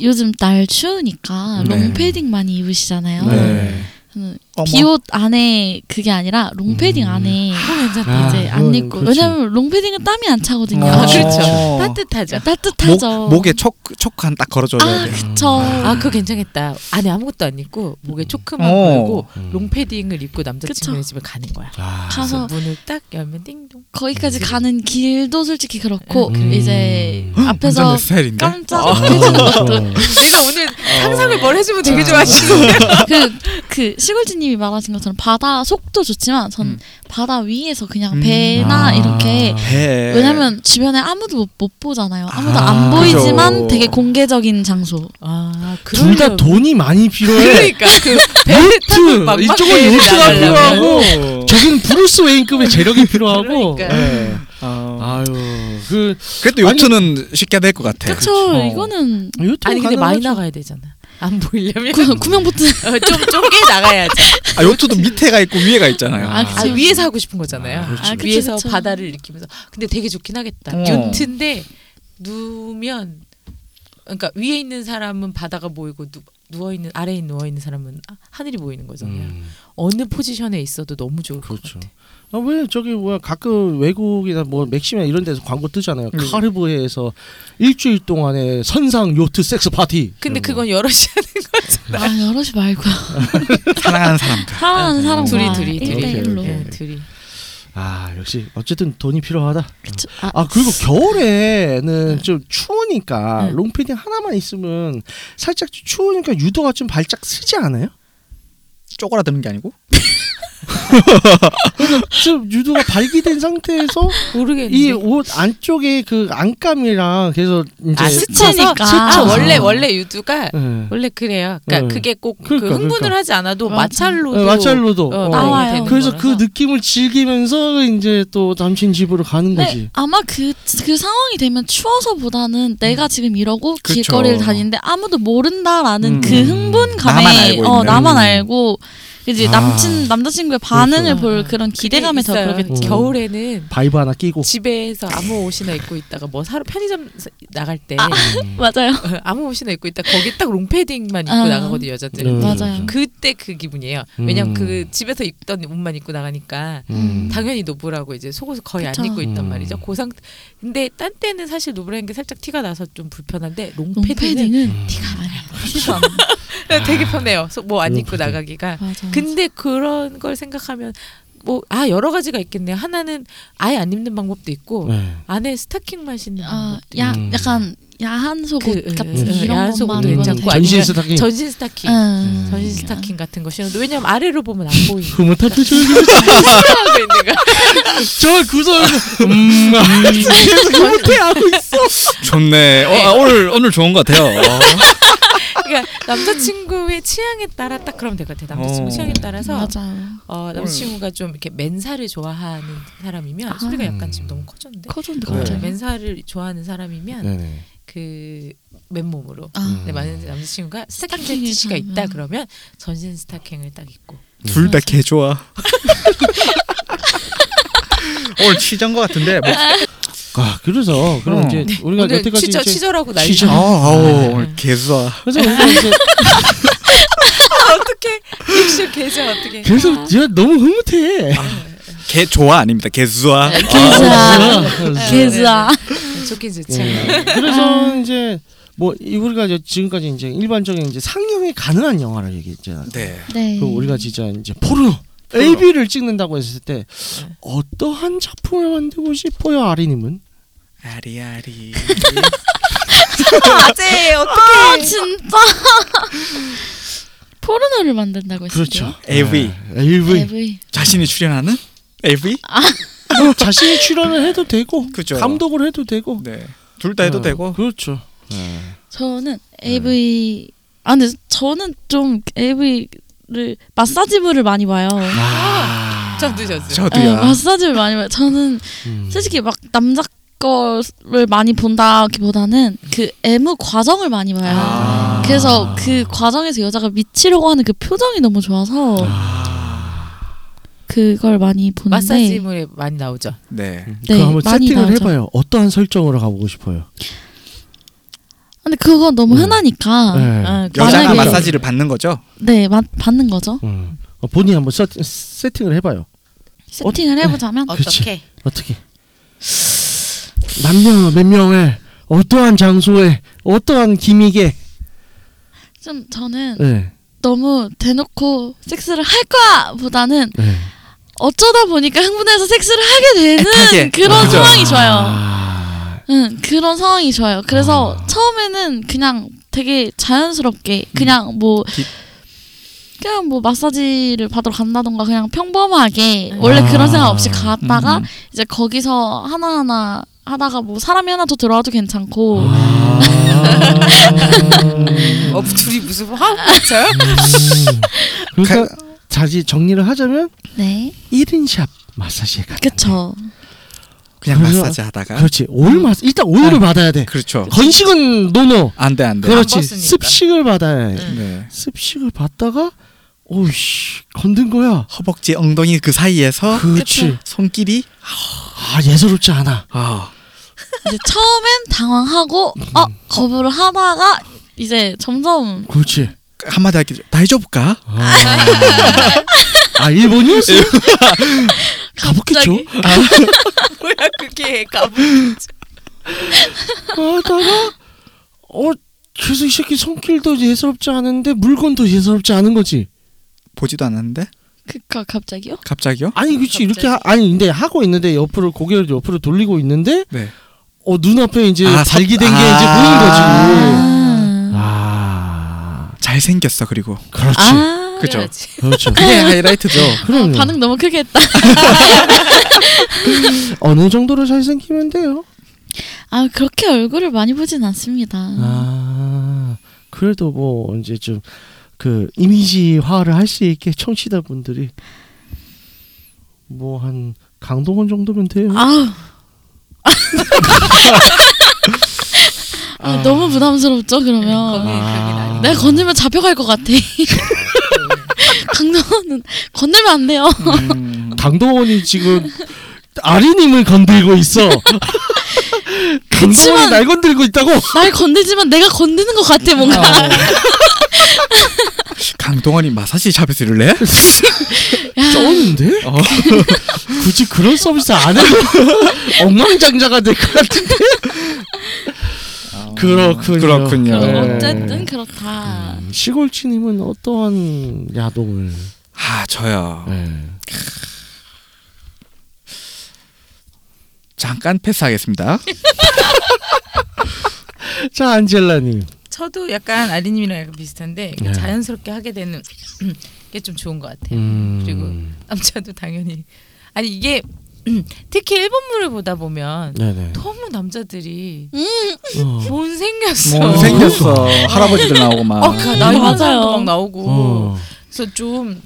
S3: 요즘 날 추우니까
S2: 네.
S3: 롱패딩 많이 입으시잖아요.
S2: 네.
S3: 저는
S5: 어머.
S2: 뭐?
S3: 비옷 안에 그게 아니라 롱패딩
S2: 음.
S3: 안에
S2: 아,
S3: 이제 안
S2: 그건
S3: 입고
S2: 그렇지.
S3: 왜냐면 롱패딩은 땀이 안 차거든요.
S4: 아, 그렇죠.
S5: 어.
S4: 따뜻하죠.
S3: 따뜻하죠.
S5: 목 목에 촉 촉한 딱 걸어줘야
S3: 아
S5: 돼.
S3: 그쵸.
S4: 아 그거 괜찮겠다. 안에 아무것도 안 입고 목에 초크만
S5: 어.
S4: 걸고
S2: 음.
S4: 롱패딩을 입고 남자친구네
S3: 그쵸.
S4: 집에 가는 거야.
S2: 아,
S4: 그래서
S3: 가서
S4: 문을 딱 열면 띵동.
S3: 거기까지 가는 길도 솔직히 그렇고
S2: 음.
S3: 이제
S5: 완전
S3: 앞에서
S5: 내 스타일인데.
S3: 깜짝
S2: 아,
S3: 해주는
S2: 좋아.
S3: 것도
S4: 내가 오늘
S2: 어.
S4: 상상을 뭘 해주면 되게 좋아하시는
S3: 그, 그 시골지님이 말하신 것처럼 바다 속도 좋지만 전
S5: 음.
S3: 바다 위에서 그냥
S5: 음. 네.
S3: 배나
S2: 아.
S3: 이렇게
S5: 배.
S3: 왜냐면 주변에 아무도 못, 못 보잖아요. 아무도
S2: 아,
S3: 안 보이지만
S5: 그죠.
S3: 되게 공개적인 장소.
S4: 아,
S2: 둘 다
S4: 그러려면-
S2: 돈이 많이 필요해.
S4: 그러니까 그
S2: 요트
S4: 막막
S2: 이쪽은
S4: 배를
S2: 요트가
S4: 나가려면.
S2: 필요하고 저기는 브루스 웨인급의 재력이 필요하고.
S4: 그러니까.
S2: 예.
S5: 어.
S2: 아유 그
S5: 그래도 요트는 쉽게 될 것 같아.
S3: 그쵸?
S5: 어.
S3: 이거는
S2: 유튜브
S4: 아니 근데 많이
S2: 가능하죠.
S4: 나가야 되잖아. 안 보이려면
S3: 구, 구명보트
S4: 어, 좀 쪼개 나가야죠.
S5: 아 요트도 밑에가 있고 위에가 있잖아요.
S3: 아,
S4: 아,
S3: 그쵸.
S4: 위에서 하고 싶은 거잖아요.
S2: 아, 그렇죠.
S3: 아, 그쵸,
S4: 위에서
S3: 그쵸.
S4: 바다를 느끼면서. 근데 되게 좋긴 하겠다.
S5: 어.
S4: 요트인데 누우면 그러니까 위에 있는 사람은 바다가 보이고 누, 누워 있는 아래에 누워 있는 사람은 아- 하늘이 보이는 거잖아요.
S2: 음.
S4: 어느 포지션에 있어도 너무 좋을
S2: 그렇죠.
S4: 것 같아.
S2: 아 왜 저기 뭐야 가끔 외국이나 뭐 맥심이나 이런 데서 광고 뜨잖아요.
S5: 음.
S2: 카르브해에서 일주일 동안의 선상 요트 섹스 파티. 음.
S4: 근데
S2: 이런 거.
S4: 그건 여럿이 하는
S3: 아 여럿이 말고
S5: 사랑하는 사람들.
S3: 사랑하는 사람과
S4: 둘이, 둘이, 아, 둘이. 네.
S3: 1대1로
S2: 오케이,
S4: 거예요.
S2: 오케이.
S4: 둘이.
S2: 아 역시 어쨌든 돈이 필요하다.
S3: 그쵸. 아,
S2: 아 그리고
S4: 음.
S2: 겨울에는 좀 추우니까
S4: 응.
S2: 롱패딩 하나만 있으면 살짝 추우니까 유도가 좀 발짝 쓰지 않아요?
S5: 쪼그라드는 게 아니고
S2: 좀 유도가 발기된 상태에서 이
S4: 모르겠는데.
S2: 옷 안쪽에 그 안감이랑 그래서 이제
S4: 아 스쳐서
S3: 스쳐니까.
S4: 아,
S2: 스쳐서.
S4: 원래 원래 유두가
S2: 예.
S4: 원래 그래요. 그러니까
S2: 네.
S4: 그게 꼭 그
S2: 그러니까,
S4: 흥분을
S2: 그러니까.
S4: 하지 않아도
S3: 맞아.
S4: 마찰로도
S2: 예, 마찰로도
S4: 어,
S2: 어.
S3: 나와요.
S4: 되는
S2: 그래서 그
S4: 거라서.
S2: 느낌을 즐기면서 이제 또 남친 집으로 가는
S3: 네,
S2: 거지.
S3: 아마 그, 그 상황이 되면 추워서보다는 내가 지금 이러고
S5: 음. 그쵸.
S3: 길거리를 다니는데 아무도 모른다라는
S5: 음.
S3: 그 흥분감에
S5: 나만 알고
S3: 어
S5: 있는.
S3: 나만 알고 이제
S2: 아.
S3: 남친 남자친구의 반응을
S4: 그렇구나.
S5: 그렇죠.
S3: 볼 그런 기대감에 더
S4: 있어요.
S3: 그러겠죠.
S2: 음.
S4: 겨울에는
S2: 바이브 하나 끼고.
S4: 집에서 아무 옷이나 입고 있다가 뭐 사러 편의점 사- 나갈 때
S3: 아.
S2: 음.
S3: 맞아요.
S4: 아. 무 옷이나 입고 있다 가 거기 딱 롱패딩만 입고
S3: 아.
S4: 나가거든 요 여자들.
S2: 네.
S4: 은
S3: 맞아요.
S4: 그때 그 기분이에요. 왜냐면
S2: 음.
S4: 그 집에서 입던 옷만 입고 나가니까
S2: 음.
S4: 당연히 노브라고 이제 속옷을 거의
S3: 그쵸.
S4: 안 입고 있단
S2: 음.
S4: 말이죠. 고상 근데 딴 때는 사실 노브라인 게 살짝 티가 나서 좀 불편한데 롱패딩은
S5: 음.
S3: 롱패딩은 티가 많이 티가 안 나요.
S4: 네,
S2: 아.
S4: 되게 편해요. 뭐 안 입고
S2: 롱패딩.
S4: 나가기가.
S3: 맞아.
S4: 근데 그런 걸 생각하면 뭐 아 여러 가지가 있겠네요. 하나는 아예 안 입는 방법도 있고
S2: 네.
S4: 안에 스타킹만 신는
S3: 아,
S4: 방법도
S3: 야,
S2: 음.
S3: 약간 야한 속옷
S4: 그,
S3: 같은
S4: 음, 야한
S3: 이런 것만 입어도
S4: 속옷도 괜찮고
S3: 되고.
S4: 아니면
S2: 전신 스타킹.
S4: 있고. 전신 스타킹.
S3: 음.
S4: 전신 스타킹 같은 거 신어도 왜냐면 아래로 보면 안 보이니까
S2: 그러면 탈퇴 조용히
S4: 하고 있는 거.
S2: 저
S5: 그 아,
S2: 구성 음, 계속 못해하고 있어.
S5: 좋네. 어, 아, 오늘 오늘 좋은 것 같아요. 어.
S4: 그러니까 남자친구의 취향에 따라 딱 그러면 될 것 같아요. 남자친구
S5: 어.
S4: 취향에 따라서
S3: 맞아요.
S4: 어, 남자친구가 좀 이렇게 맨살을 좋아하는 사람이면
S3: 아.
S4: 소리가 약간 지금 너무 커졌는데
S3: 커졌는데
S2: 네.
S3: 갑자기.
S4: 맨살을 좋아하는 사람이면
S2: 네네. 음.
S4: 그 맨몸으로
S3: 아,
S4: 근데 만약에 남자친구가 스타킹
S3: 스타킹을
S4: 패티시가
S3: 사면.
S4: 있다 그러면 전신 스타킹을 딱 입고
S5: 둘 다 개 좋아. 오늘 치전 것 같은데. 뭐.
S2: 아 그래서 그럼
S5: 어.
S2: 이제 우리가
S4: 네. 오늘
S2: 여태까지
S4: 치절
S2: 이제
S4: 치절하고 난리
S5: 치전.
S4: 나.
S5: 아우 오늘 개 좋아.
S2: 그래서 우리가 이제
S4: 어떻게 입술 계좌 어떻게
S2: 계속 제가 너무 흐뭇해.
S4: 아,
S5: 개 좋아 아닙니다. 개 좋아.
S3: 개자.
S4: 아,
S2: 그래서-
S4: 네.
S3: 개자.
S2: 그
S4: 좋긴 좋지
S2: 네. 예. 그래서 이제 뭐 이- 우리가 이제 지금까지 이제 일반적인 이제 상영이 가능한 영화를 얘기했잖아.
S5: 네.
S3: 네.
S2: 그 우리가 진짜 이제 포르노 AB를 찍는다고 했을 때 어떠한 작품을 만들고 싶어요 아리님은?
S5: 아리아리.
S4: 아재 어떻게
S3: 아, 진짜. 포르노를 만든다고 했어요.
S2: 그렇죠.
S5: AV.
S2: 아, AV.
S3: AV.
S5: 자신이 출연하는 AV?
S2: 뭐 자신이 출연을 해도 되고
S5: 그죠.
S2: 감독을 해도 되고
S5: 네. 둘 다 해도
S2: 어,
S5: 되고.
S2: 그렇죠.
S3: 저는 AV 아 근데 저는 좀 AV를 마사지부를 많이 봐요.
S2: 아,
S4: 저 늦었어요.
S3: 네,
S5: 저도야.
S3: 마사지를 많이 봐요. 저는
S2: 음.
S3: 솔직히 막 남자 거를 많이 본다기보다는 그 애무 과정을 많이 봐요.
S5: 아.
S3: 그래서 그 과정에서 여자가 미치려고 하는 그 표정이 너무 좋아서 그걸 많이 보는데
S4: 마사지물에 많이 나오죠.
S5: 네.
S2: 그
S3: 네,
S2: 한번
S3: 많이
S2: 세팅을
S3: 나오죠.
S2: 해봐요. 어떠한 설정으로 가보고 싶어요?
S3: 근데 그건 너무
S2: 음.
S3: 흔하니까
S2: 네.
S4: 아,
S5: 여자가
S3: 만약에-
S5: 마사지를 받는 거죠?
S3: 네 마- 받는 거죠.
S2: 음. 어, 본인이 한번 서, 세팅을 해봐요.
S3: 세팅을
S5: 어?
S3: 해보자면
S5: 아,
S2: 그렇지.
S4: 어떻게?
S2: 어떻게? 남녀 몇 명을 어떠한 장소에 어떠한 기믹에
S3: 좀 저는
S2: 네.
S3: 너무 대놓고 섹스를 할 거야 보다는
S2: 네.
S3: 어쩌다 보니까 흥분해서 섹스를 하게 되는
S5: 애타게.
S3: 그런
S5: 그죠?
S3: 상황이 좋아요.
S2: 아,
S3: 응 그런 상황이 좋아요. 그래서 처음에는 그냥 되게 자연스럽게
S5: 음.
S3: 그냥 뭐
S5: 디-
S3: 그냥 뭐 마사지를 받으러 간다던가 그냥 평범하게 원래 그런 생각 없이 갔다가
S5: 아. 음.
S3: 이제 거기서 하나하나 하다가 뭐 사람이 하나 더 들어와도 괜찮고
S5: 아.
S4: 어, 둘이 무슨
S5: 아,
S4: 화음 맞춰요?
S2: 그러니까 자지 정리를 하자면
S3: 네
S2: 1인샵 마사지에 가.
S3: 그쵸
S5: 그냥
S2: 그래서-
S5: 마사지 하다가.
S2: 그렇지. 오일 마사 일단 오일을
S5: 아.
S2: 받아야 돼.
S5: 그렇죠.
S2: 건식은 노노.
S5: 안 돼, 안 돼.
S2: 그렇지.
S4: 안 벗으니까.
S2: 습식을 받아야 해.
S5: 네.
S2: 습식을 받다가 오이씨 건든 거야.
S5: 허벅지 엉덩이 그 사이에서
S2: 그렇지.
S5: 손길이
S2: 아 예사롭지 않아.
S5: 아.
S3: 이제 처음엔 당황하고 어
S2: 음.
S3: 거부를 하다가 이제 점점
S2: 그렇지.
S5: 한마디 할게. 다 해줘볼까?
S2: 아, 아 일본이었어? 가볍겠죠.
S3: 갑자기
S4: 뭐야 그게 가부.
S2: 하다가 어 그래서 이 새끼 손길도 예사롭지 않은데 물건도 예사롭지 않은 거지.
S5: 보지도 않았는데
S3: 그니까 갑자기요?
S5: 갑자기요?
S2: 아니 그렇지 이렇게 하, 아니 근데 하고 있는데 옆으로 고개를 옆으로 돌리고 있는데
S5: 네.
S2: 어 눈앞에 이제
S5: 아,
S2: 발기된 게
S5: 아.
S2: 이제 보이는 거지. 음.
S3: 아,
S2: 아
S5: 잘 생겼어 그리고.
S2: 그렇지
S3: 아.
S4: 네.
S5: 그죠.
S2: 그렇죠.
S5: 그게 하이라이트죠.
S2: 그럼
S3: 반응 너무 크게 했다.
S2: 어느 정도로 잘생기면 돼요.
S3: 아 그렇게 얼굴을 많이 보진 않습니다.
S2: 아 그래도 뭐 이제 좀 그 이미지화를 할 수 있게 청취자분들이 뭐 한 강동원 정도면 돼요.
S3: 아우. 아, 너무 부담스럽죠 그러면
S4: 거기 그게 아니.
S2: 네,
S3: 내가 건들면 잡혀갈 것 같아. 강동원은 건들면 안 돼요.
S5: 음,
S2: 강동원이 지금 아리님을 건들고 있어. 강동원이
S3: 그치만-
S2: 날 건들고 있다고.
S3: 날 건들지만 내가 건드는 것 같아 뭔가.
S5: 네. 강동원이 마사지 샵에서 일을 해?
S2: 쩌는데?
S5: 어.
S2: 굳이 그런 서비스 안 해도 엉망장자가 될 것 같은데. 아, 그렇군요.
S5: 그렇군요.
S2: 네. 음,
S3: 어쨌든 그렇다.
S2: 시골치님은 어떠한 야동을?
S5: 아 저요.
S2: 네.
S5: 잠깐 패스하겠습니다.
S2: 자 안젤라님.
S4: 저도 약간 아리님이랑 약간 비슷한데
S2: 네.
S4: 자연스럽게 하게 되는 게 좀 좋은 것 같아요.
S2: 음.
S4: 네, 그리고 남자도 당연히 아니 이게 특히 일본물을 보다 보면
S2: 네네.
S4: 너무 남자들이
S2: 어.
S4: 돈 생겼어.
S5: 뭐 생겼어. 할아버지들 나오고 막.
S4: 어, 그 나이
S3: 맞아요.
S4: 많은 사람도 막 나오고.
S2: 어.
S4: 그래서 좀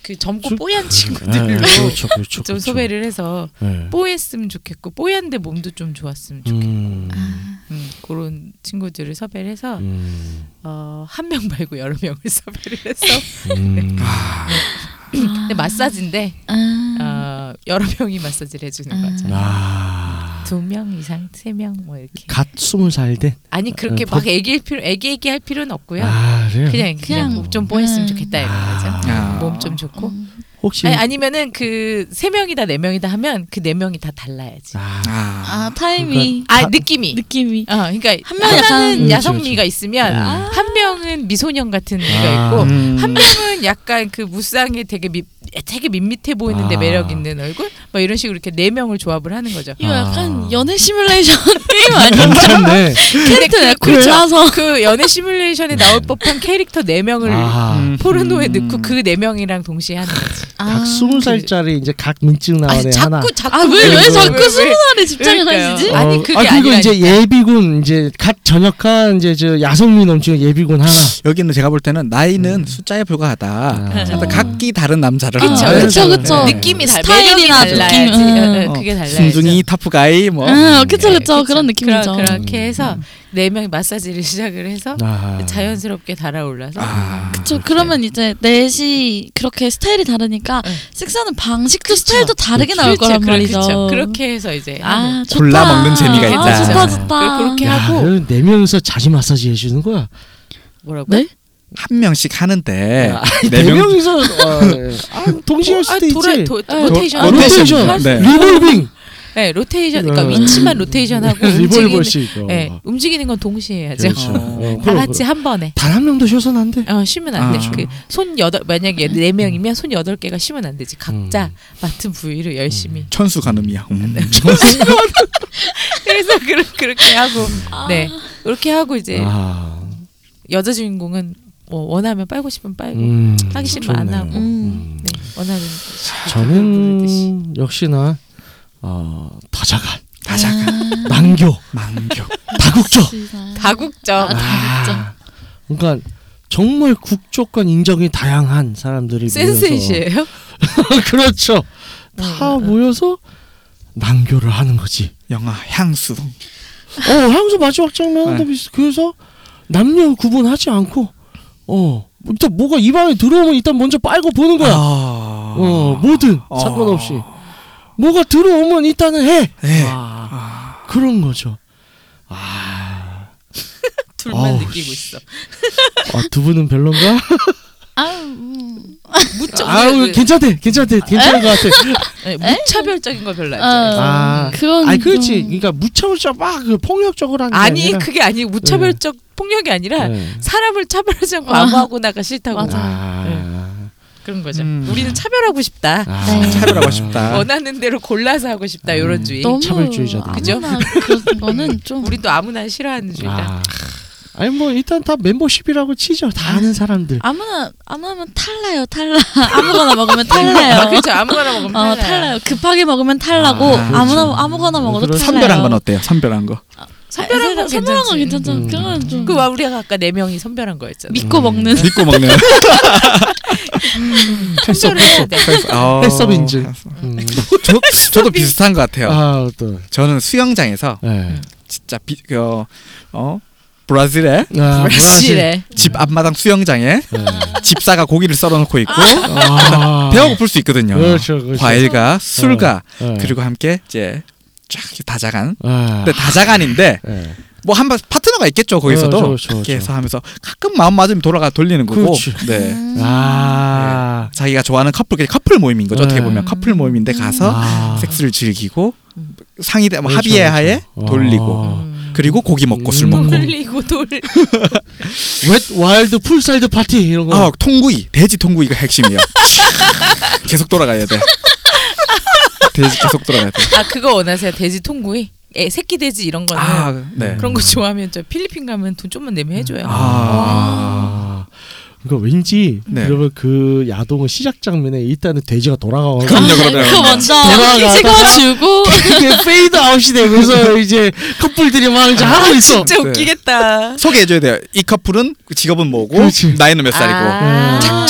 S4: 그 젊고
S2: 저-
S4: 뽀얀
S2: 네,
S4: 친구들로
S2: 그렇죠, 그렇죠.
S4: 좀
S2: 그렇죠.
S4: 소개를 해서
S2: 네.
S4: 뽀했으면 좋겠고 뽀얀데 몸도 좀 좋았으면 좋겠고
S2: 음.
S4: 음, 그런 친구들을 섭외를 해서
S2: 음.
S4: 어, 한 명 말고 여러 명을 섭외를 해서 네.
S2: 음.
S4: 근데 마사지인데
S5: 음.
S3: 아,
S4: 어, 여러 명이 마사지를 해주는
S3: 아.
S4: 거죠.
S2: 아.
S4: 두 명 이상 세 명 뭐 이렇게
S2: 갓 스물 살 된.
S4: 아니 그렇게
S2: 법-
S4: 막 애기일 필요 애기 애기할 필요는 없고요.
S2: 음, 아, 그래요?
S4: 그냥 그냥,
S3: 그냥
S4: 좀 뽀했으면
S3: 음.
S4: 좋겠다 이런 거죠.
S5: 아.
S4: 몸 좀 좋고
S2: 혹시
S4: 아니, 아니면은 그 세 명이다 네 명이다 하면 그 네 명이 다 달라야지.
S2: 아,
S5: 아.
S3: 아 타이밍,
S4: 아 느낌이.
S3: 느낌이.
S4: 어, 그러니까 한
S3: 명은 약간-
S4: 명은 야성미가 있으면
S2: 음.
S4: 한 명은 미소년 같은 애가
S2: 아.
S4: 있고
S5: 음.
S4: 한 명은 약간 그 무쌍의 되게 미, 되게 밋밋해 보이는데
S2: 아.
S4: 매력 있는 얼굴 막 이런 식으로 이렇게 네 명을 조합을 하는 거죠.
S2: 이거
S3: 이거
S2: 약간
S3: 약간
S2: 아.
S3: 연애 시뮬레이션 게임 아니야?
S2: 괜찮네.
S3: 캐릭터
S5: 그렇죠.
S3: 골라서
S4: 그 연애 시뮬레이션에 나올 법한 캐릭터 네 명을
S2: 아,
S4: 포르노에
S5: 음.
S4: 넣고 그 네 명이랑 동시에 하는 거지.
S5: 아.
S2: 각 스무 살짜리 이제 각 민증 나온 애 하나.
S4: 아, 그 자꾸
S3: 아왜 왜
S2: 왜,
S3: 자꾸 스무 살에
S4: 그러니까요.
S3: 집착하시지?
S4: 아니,
S5: 어,
S4: 그게
S2: 그리고 이제
S4: 아니라니까.
S2: 예비군 이제 갓 전역한 이제 저 야성미 넘치는 예비군 하나.
S5: 여기는 제가 볼 때는 나이는 숫자에 불과하다.
S2: 음. 아.
S5: 일단 각기 다른 남자를
S3: 그쵸,
S5: 만나요.
S3: 그쵸, 그쵸.
S2: 네.
S4: 느낌이 달
S3: 스타일이나
S4: 매력이 달라야지.
S3: 느낌, 음.
S4: 어, 어,
S5: 아, 어,
S4: 그게 달라야죠.
S5: 순둥이 타프가이 뭐
S3: 응, 아, 그렇죠, 그쵸 그쵸
S4: 네, 그쵸.
S3: 그런 느낌이죠.
S4: 그렇죠. 그러- 그렇게 해서 네 명이 마사지를 시작을 해서
S2: 아.
S4: 자연스럽게 달아올라서
S5: 아,
S3: 그렇죠. 그쵸 그러면 이제 넷이 그렇게 스타일이 다르니까
S4: 응.
S3: 섹스하는 방식도 스타일도 다르게 나올
S4: 그렇죠,
S3: 거란
S4: 그렇죠.
S3: 말이죠.
S4: 그렇게 해서 이제
S3: 아 좋다.
S5: 골라 먹는 재미가
S3: 아,
S5: 있다.
S3: 좋다 좋다.
S4: 그- 그렇게
S2: 야,
S4: 하고.
S2: 그럼 네 명이서 자지 마사지 해주는 거야.
S4: 뭐라고?
S3: 네?
S5: 한 명씩 하는데
S2: 네
S5: 네 명-
S2: 명이서 어, 아, 동시에
S4: 어,
S2: 할 수도 있지.
S3: 도-
S4: 아, 로테이션. 로테이션.
S5: 도- 로테이션.
S2: 로테이션,
S5: 네.
S2: 리볼빙,
S4: 네, 로테이션. 그러니까
S2: 음.
S4: 위치만 로테이션하고 움직이는.
S2: 리볼버식. 어.
S4: 네, 움직이는 건 동시에 해야죠.
S2: 그렇죠. 어,
S4: 다
S2: 그럼,
S4: 같이 한 번에.
S2: 단한 명도 쉬어서는 안 돼.
S4: 어, 쉬면 안 돼.
S5: 아.
S4: 그 손 여덟 만약에 네 명이면 손 여덟 개가 쉬면 안 되지. 각자
S2: 음.
S4: 맡은 부위를 열심히.
S5: 천수 가늠이야. 음.
S4: 그래서 그렇- 그렇게 하고 네 그렇게 하고 이제
S2: 아,
S4: 여자 주인공은 뭐 원하면 빨고 싶으면 빨고
S2: 음,
S4: 하기 싫으면 안
S2: 좋네요.
S4: 하고.
S2: 음.
S4: 네, 원하는 부르듯이.
S2: 저는 역시나 어, 다자간,
S5: 다자가
S2: 난교,
S5: 망교.
S2: 다국적.
S3: 음.
S4: 다국적
S2: 아, 그러니까 정말 국적 간 인정이 다양한 사람들이 모여서
S4: 센셋이에요. 아,
S2: 그렇죠. 다 모여서 난교를 하는 거지.
S5: 영화 향수.
S2: 어, 향수 마지막 장면도
S5: 네.
S2: 비슷. 그래서 남녀 구분하지 않고 어, 일단 뭐가 입 안에 들어오면 일단 먼저 빨고 보는 거야.
S5: 아.
S2: 어, 뭐든
S5: 어.
S2: 상관없이 뭐가 들어오면 일단은 해.
S5: 네.
S2: 그런 거죠. 아,
S4: 둘만
S2: 어우,
S4: 느끼고
S2: 씨.
S4: 있어.
S2: 아, 두 분은 별론가?
S3: 아, 음.
S4: 무척 그
S2: 아우, 괜찮대, 괜찮대, 괜찮은 것 같아.
S4: 네, 무차별적인 걸 별로 안 좋아해.
S3: 어,
S2: 아,
S3: 그건
S2: 아, 그렇지.
S3: 좀-
S2: 그러니까 무차별적 막그 폭력적으로 하는 게
S4: 아니
S2: 아니라.
S4: 그게 아니고 무차별적 폭력이 아니라
S2: 네.
S4: 사람을 차별하지 않고
S3: 아.
S4: 아무하고나가 싫다고
S3: 맞아.
S2: 아,
S4: 그런 거죠.
S5: 음.
S4: 우리는 차별하고 싶다.
S2: 아,
S3: 네.
S5: 차별하고 싶다.
S4: 원하는 대로 골라서 하고 싶다
S2: 음.
S4: 이런 주의.
S3: 너무
S2: 차별주의자들.
S4: 그죠?
S3: 아무나 그런 거는 좀
S4: 우린 또 아무나 싫어하는 주의다.
S2: 아. 아니 뭐 일단 다 멤버십이라고 치죠. 다 아는 사람들.
S3: 아무나 아무나면 탈라요 탈라 아무거나 먹으면 탈라요.
S4: 그렇죠. 아무거나 먹으면
S3: 어 탈라요. 급하게 먹으면 탈라고
S5: 아,
S3: 아, 무나
S2: 그렇죠.
S3: 아무거나 먹어도
S2: 그렇죠.
S3: 탈라요.
S5: 선별한 건 어때요? 선별한 거.
S4: 선별한 건
S3: 선별한 건
S4: 괜찮지.
S3: 괜찮죠.
S2: 음.
S3: 그건 좀
S4: 그와 우리가 아까 네 명이 선별한 거였잖아.
S3: 믿고 먹는
S5: 음. 믿고 먹는.
S4: 선별을 해야 돼.
S5: 어.
S2: 햇섭 인증. 음.
S5: 저, 저도 비슷한 것 같아요.
S2: 아 또.
S5: 저는 수영장에서
S2: 네.
S5: 진짜 비, 그, 어, 어? 브라질에
S2: 아,
S4: 확실해.
S5: 집 앞마당 수영장에
S2: 브라질. 네.
S5: 집사가 고기를 썰어놓고 있고
S2: 아.
S5: 배가 고플 수 있거든요.
S2: 그렇죠, 그렇죠.
S5: 과일과 술과
S2: 네.
S5: 그리고 함께 이제 쫙 다자간.
S2: 아.
S5: 근데 다자간인데
S2: 네.
S5: 뭐 한 번 파트너가 있겠죠 거기서도
S2: 어, 그렇죠, 그렇죠,
S5: 이렇게 해서 하면서 가끔 마음 맞으면 돌아가 돌리는 거고
S2: 그렇죠.
S5: 네.
S2: 아.
S5: 자기가 좋아하는 커플 그게 커플 모임인 거죠 어떻게
S2: 네.
S5: 보면 커플 모임인데 가서
S2: 아.
S5: 섹스를 즐기고
S4: 음.
S5: 상의 뭐
S2: 그렇죠,
S5: 합의에
S2: 그렇죠.
S5: 하에
S2: 아.
S5: 돌리고
S4: 음.
S5: 그리고 고기 먹고 술
S2: 음.
S4: 어.
S5: 먹고
S4: 돌리고 돌리.
S2: 웻 네. 와일드 풀사이드 파티 이런 거.
S5: 아 통구이 돼지 통구이가 핵심이에요 계속 돌아가야 돼 돼지 계속 돌아가야
S4: 아 그거 원하세요? 돼지 통구이? 애 새끼 돼지 이런 거는
S5: 돼아네
S4: 그런 거 좋아하면 저 필리핀 가면 돈 좀만 내면 해줘요.
S5: 아.
S2: 아. 그러니까 왠지
S5: 네.
S2: 그러면 그 야동은 시작 장면에 일단은 돼지가 돌아가고
S5: 그럼요
S3: 그거
S5: 그럼요
S3: 먼저
S2: 돌아가다가
S3: 찍어주고
S2: 그게 페이드 아웃이 되면서 이제 커플들이 막 이제 하고 있어.
S4: 진짜
S5: 네.
S4: 웃기겠다.
S5: 소개해줘야 돼요 이 커플은 그 직업은 뭐고
S2: 그렇지.
S5: 나이는 몇 살이고
S4: 아.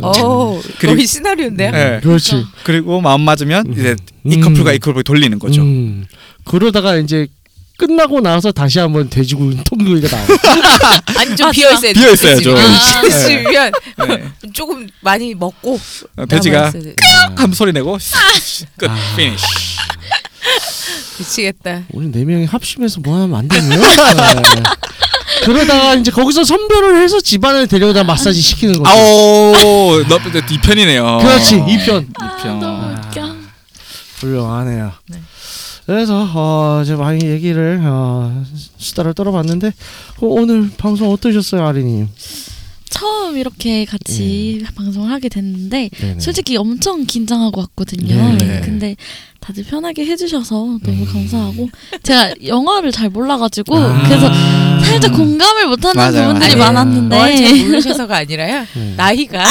S4: 오,
S5: 어, 그리고-
S4: 거의 시나리오인데요.
S5: 예.
S2: 음, 그렇지.
S5: 그리고 마음 맞으면 이제 이
S2: 음.
S5: 커플과 이 커플을 돌리는 거죠.
S2: 음. 그러다가 이제 끝나고 나서 다시 한번 돼지고기 통구이가 나와.
S4: 아니 좀 비어 있어야
S5: 비어 있어야죠. 아,
S4: 있으면
S5: 네.
S4: 조금 많이 먹고
S5: 어, 돼지가
S4: 남아있어야 돼.
S5: 하면 소리 내고 끝 피니쉬.
S4: 미치겠다.
S2: 우리 네 명이 합심해서 뭐 하면 안 되냐? 그러다가 이제 거기서 선별을 해서 집안을 데려다 마사지 시키는 거지.
S5: 아오 너이 편이네요.
S2: 그렇지 이 편.
S5: 이
S3: 아, 너무
S5: 편.
S3: 웃겨.
S2: 훌륭하네요.
S4: 네.
S2: 그래서 어, 이제 많이 얘기를 어, 수다를 떨어봤는데 어, 오늘 방송 어떠셨어요, 아리님?
S3: 처음 이렇게 같이 방송을 하게 됐는데
S2: 네네.
S3: 솔직히 엄청 긴장하고 왔거든요.
S2: 네, 네.
S3: 근데 다들 편하게 해주셔서 너무
S2: 음.
S3: 감사하고 제가 영어를 잘 몰라가지고
S2: 아.
S3: 그래서 살짝 공감을 못하는
S5: 맞아요,
S3: 부분들이
S5: 맞아요.
S6: 너를 잘
S3: 많았는데
S6: 모르셔서가 아니라요.
S5: 음.
S2: 네.
S6: 나이가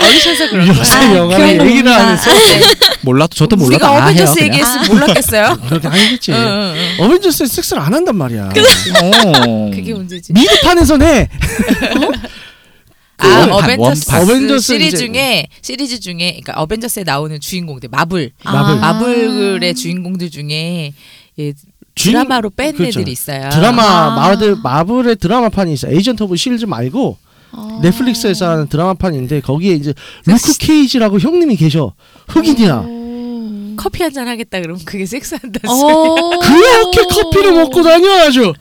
S6: 어리셔서 그런 거야.
S2: 요새 영화를
S3: 그런
S2: 얘기를
S3: 겁니다.
S2: 안 했어.
S4: 아,
S5: 몰라도 저도 몰라도
S6: 우리가
S5: 다 해요. 아.
S6: 어벤져스 얘기했으면 뭐- 몰랐겠어요.
S2: 그렇게 안 했겠지.
S6: 응, 응, 응.
S2: 어벤져스에 섹스를 안 한단 말이야.
S5: 그냥. 어.
S6: 그게 문제지.
S2: 미드판에선 해. 그
S6: 아
S5: 원판,
S6: 어벤져스,
S5: 원판.
S2: 어벤져스
S6: 시리즈
S2: 이제-
S6: 중에 시리즈 중에 그러니까 어벤져스에 나오는 주인공들 마블
S2: 마블.
S6: 아, 마블의 주인공들 중에 예,
S2: 주인-
S6: 드라마로 뺀
S2: 그렇죠.
S6: 애들이 있어요. 아.
S2: 드라마 마블 마블의 드라마판이 있어. 에이전트 오브 실즈 말고
S6: 어.
S2: 넷플릭스에서 하는 드라마판인데 거기에 이제 루크 케이지라고 형님이 계셔. 흑인이야.
S6: 커피 한 잔 하겠다 그러면 그게 섹스한다.
S3: 어.
S2: 그렇게 커피를 먹고 다녀야죠.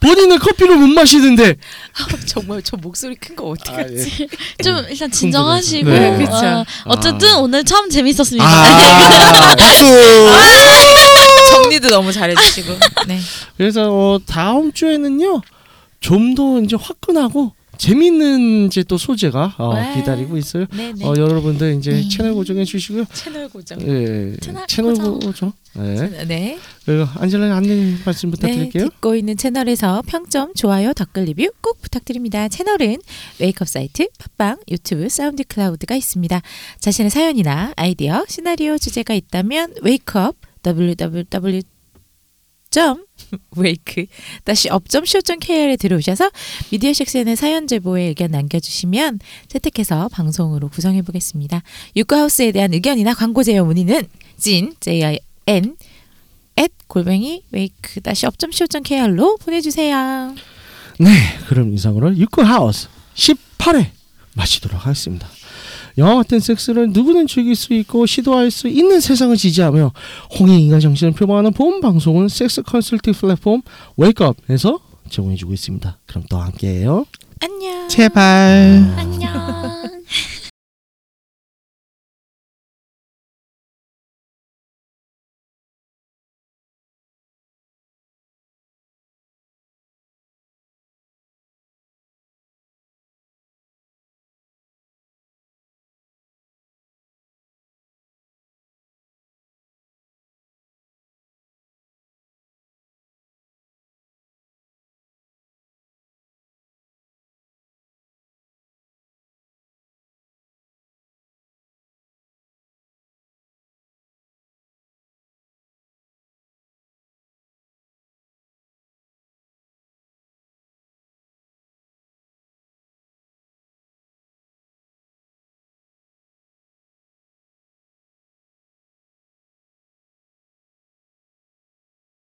S2: 본인은 커피를 못 마시는데
S6: 아, 정말 저 목소리 큰 거 어떻게?
S2: 아,
S3: 좀 일단 진정하시고
S5: 네,
S6: 그쵸.
S3: 어, 어쨌든
S2: 아.
S3: 오늘 참 재밌었습니다.
S5: 아, 박수.
S2: 예.
S6: 정리도 너무 잘해주시고. 네.
S2: 그래서 어, 다음 주에는요 좀 더 이제 화끈하고 재밌는 이제 또 소재가 어,
S6: 네.
S2: 기다리고 있어요.
S6: 네네.
S2: 어, 여러분들 이제
S3: 네.
S2: 채널 고정해 주시고요.
S6: 채널 고정.
S2: 예,
S3: 채널
S2: 채널
S3: 고정.
S2: 고정. 네.
S6: 네.
S2: 그리고 안젤라님 안내 말씀 부탁드릴게요.
S4: 네, 듣고 있는 채널에서 평점, 좋아요, 댓글 리뷰 꼭 부탁드립니다. 채널은 웨이크업 사이트, 팟빵, 유튜브, 사운드 클라우드가 있습니다. 자신의 사연이나 아이디어, 시나리오 주제가 있다면 웨이크업 www. 웨이크 다시 업점쇼.kr에 들어오셔서 미디어 섹션의 사연 제보에 의견 남겨주시면 채택해서 방송으로 구성해 보겠습니다. 유쿠하우스에 대한 의견이나 광고 제휴 문의는 진 j i n at 골뱅이 웨이크 다시 업점 시오점 KR로 보내주세요.
S2: 네, 그럼 이상으로 유쿠하우스 18회 마치도록 하겠습니다. 영화 같은 섹스를 누구든 즐길 수 있고 시도할 수 있는 세상을 지지하며 홍익 인간 정신을 표방하는 본 방송은 섹스 컨설팅 플랫폼 웨이크업에서 제공해주고 있습니다. 그럼 또 함께해요.
S4: 안녕.
S5: 제발.
S3: 안녕.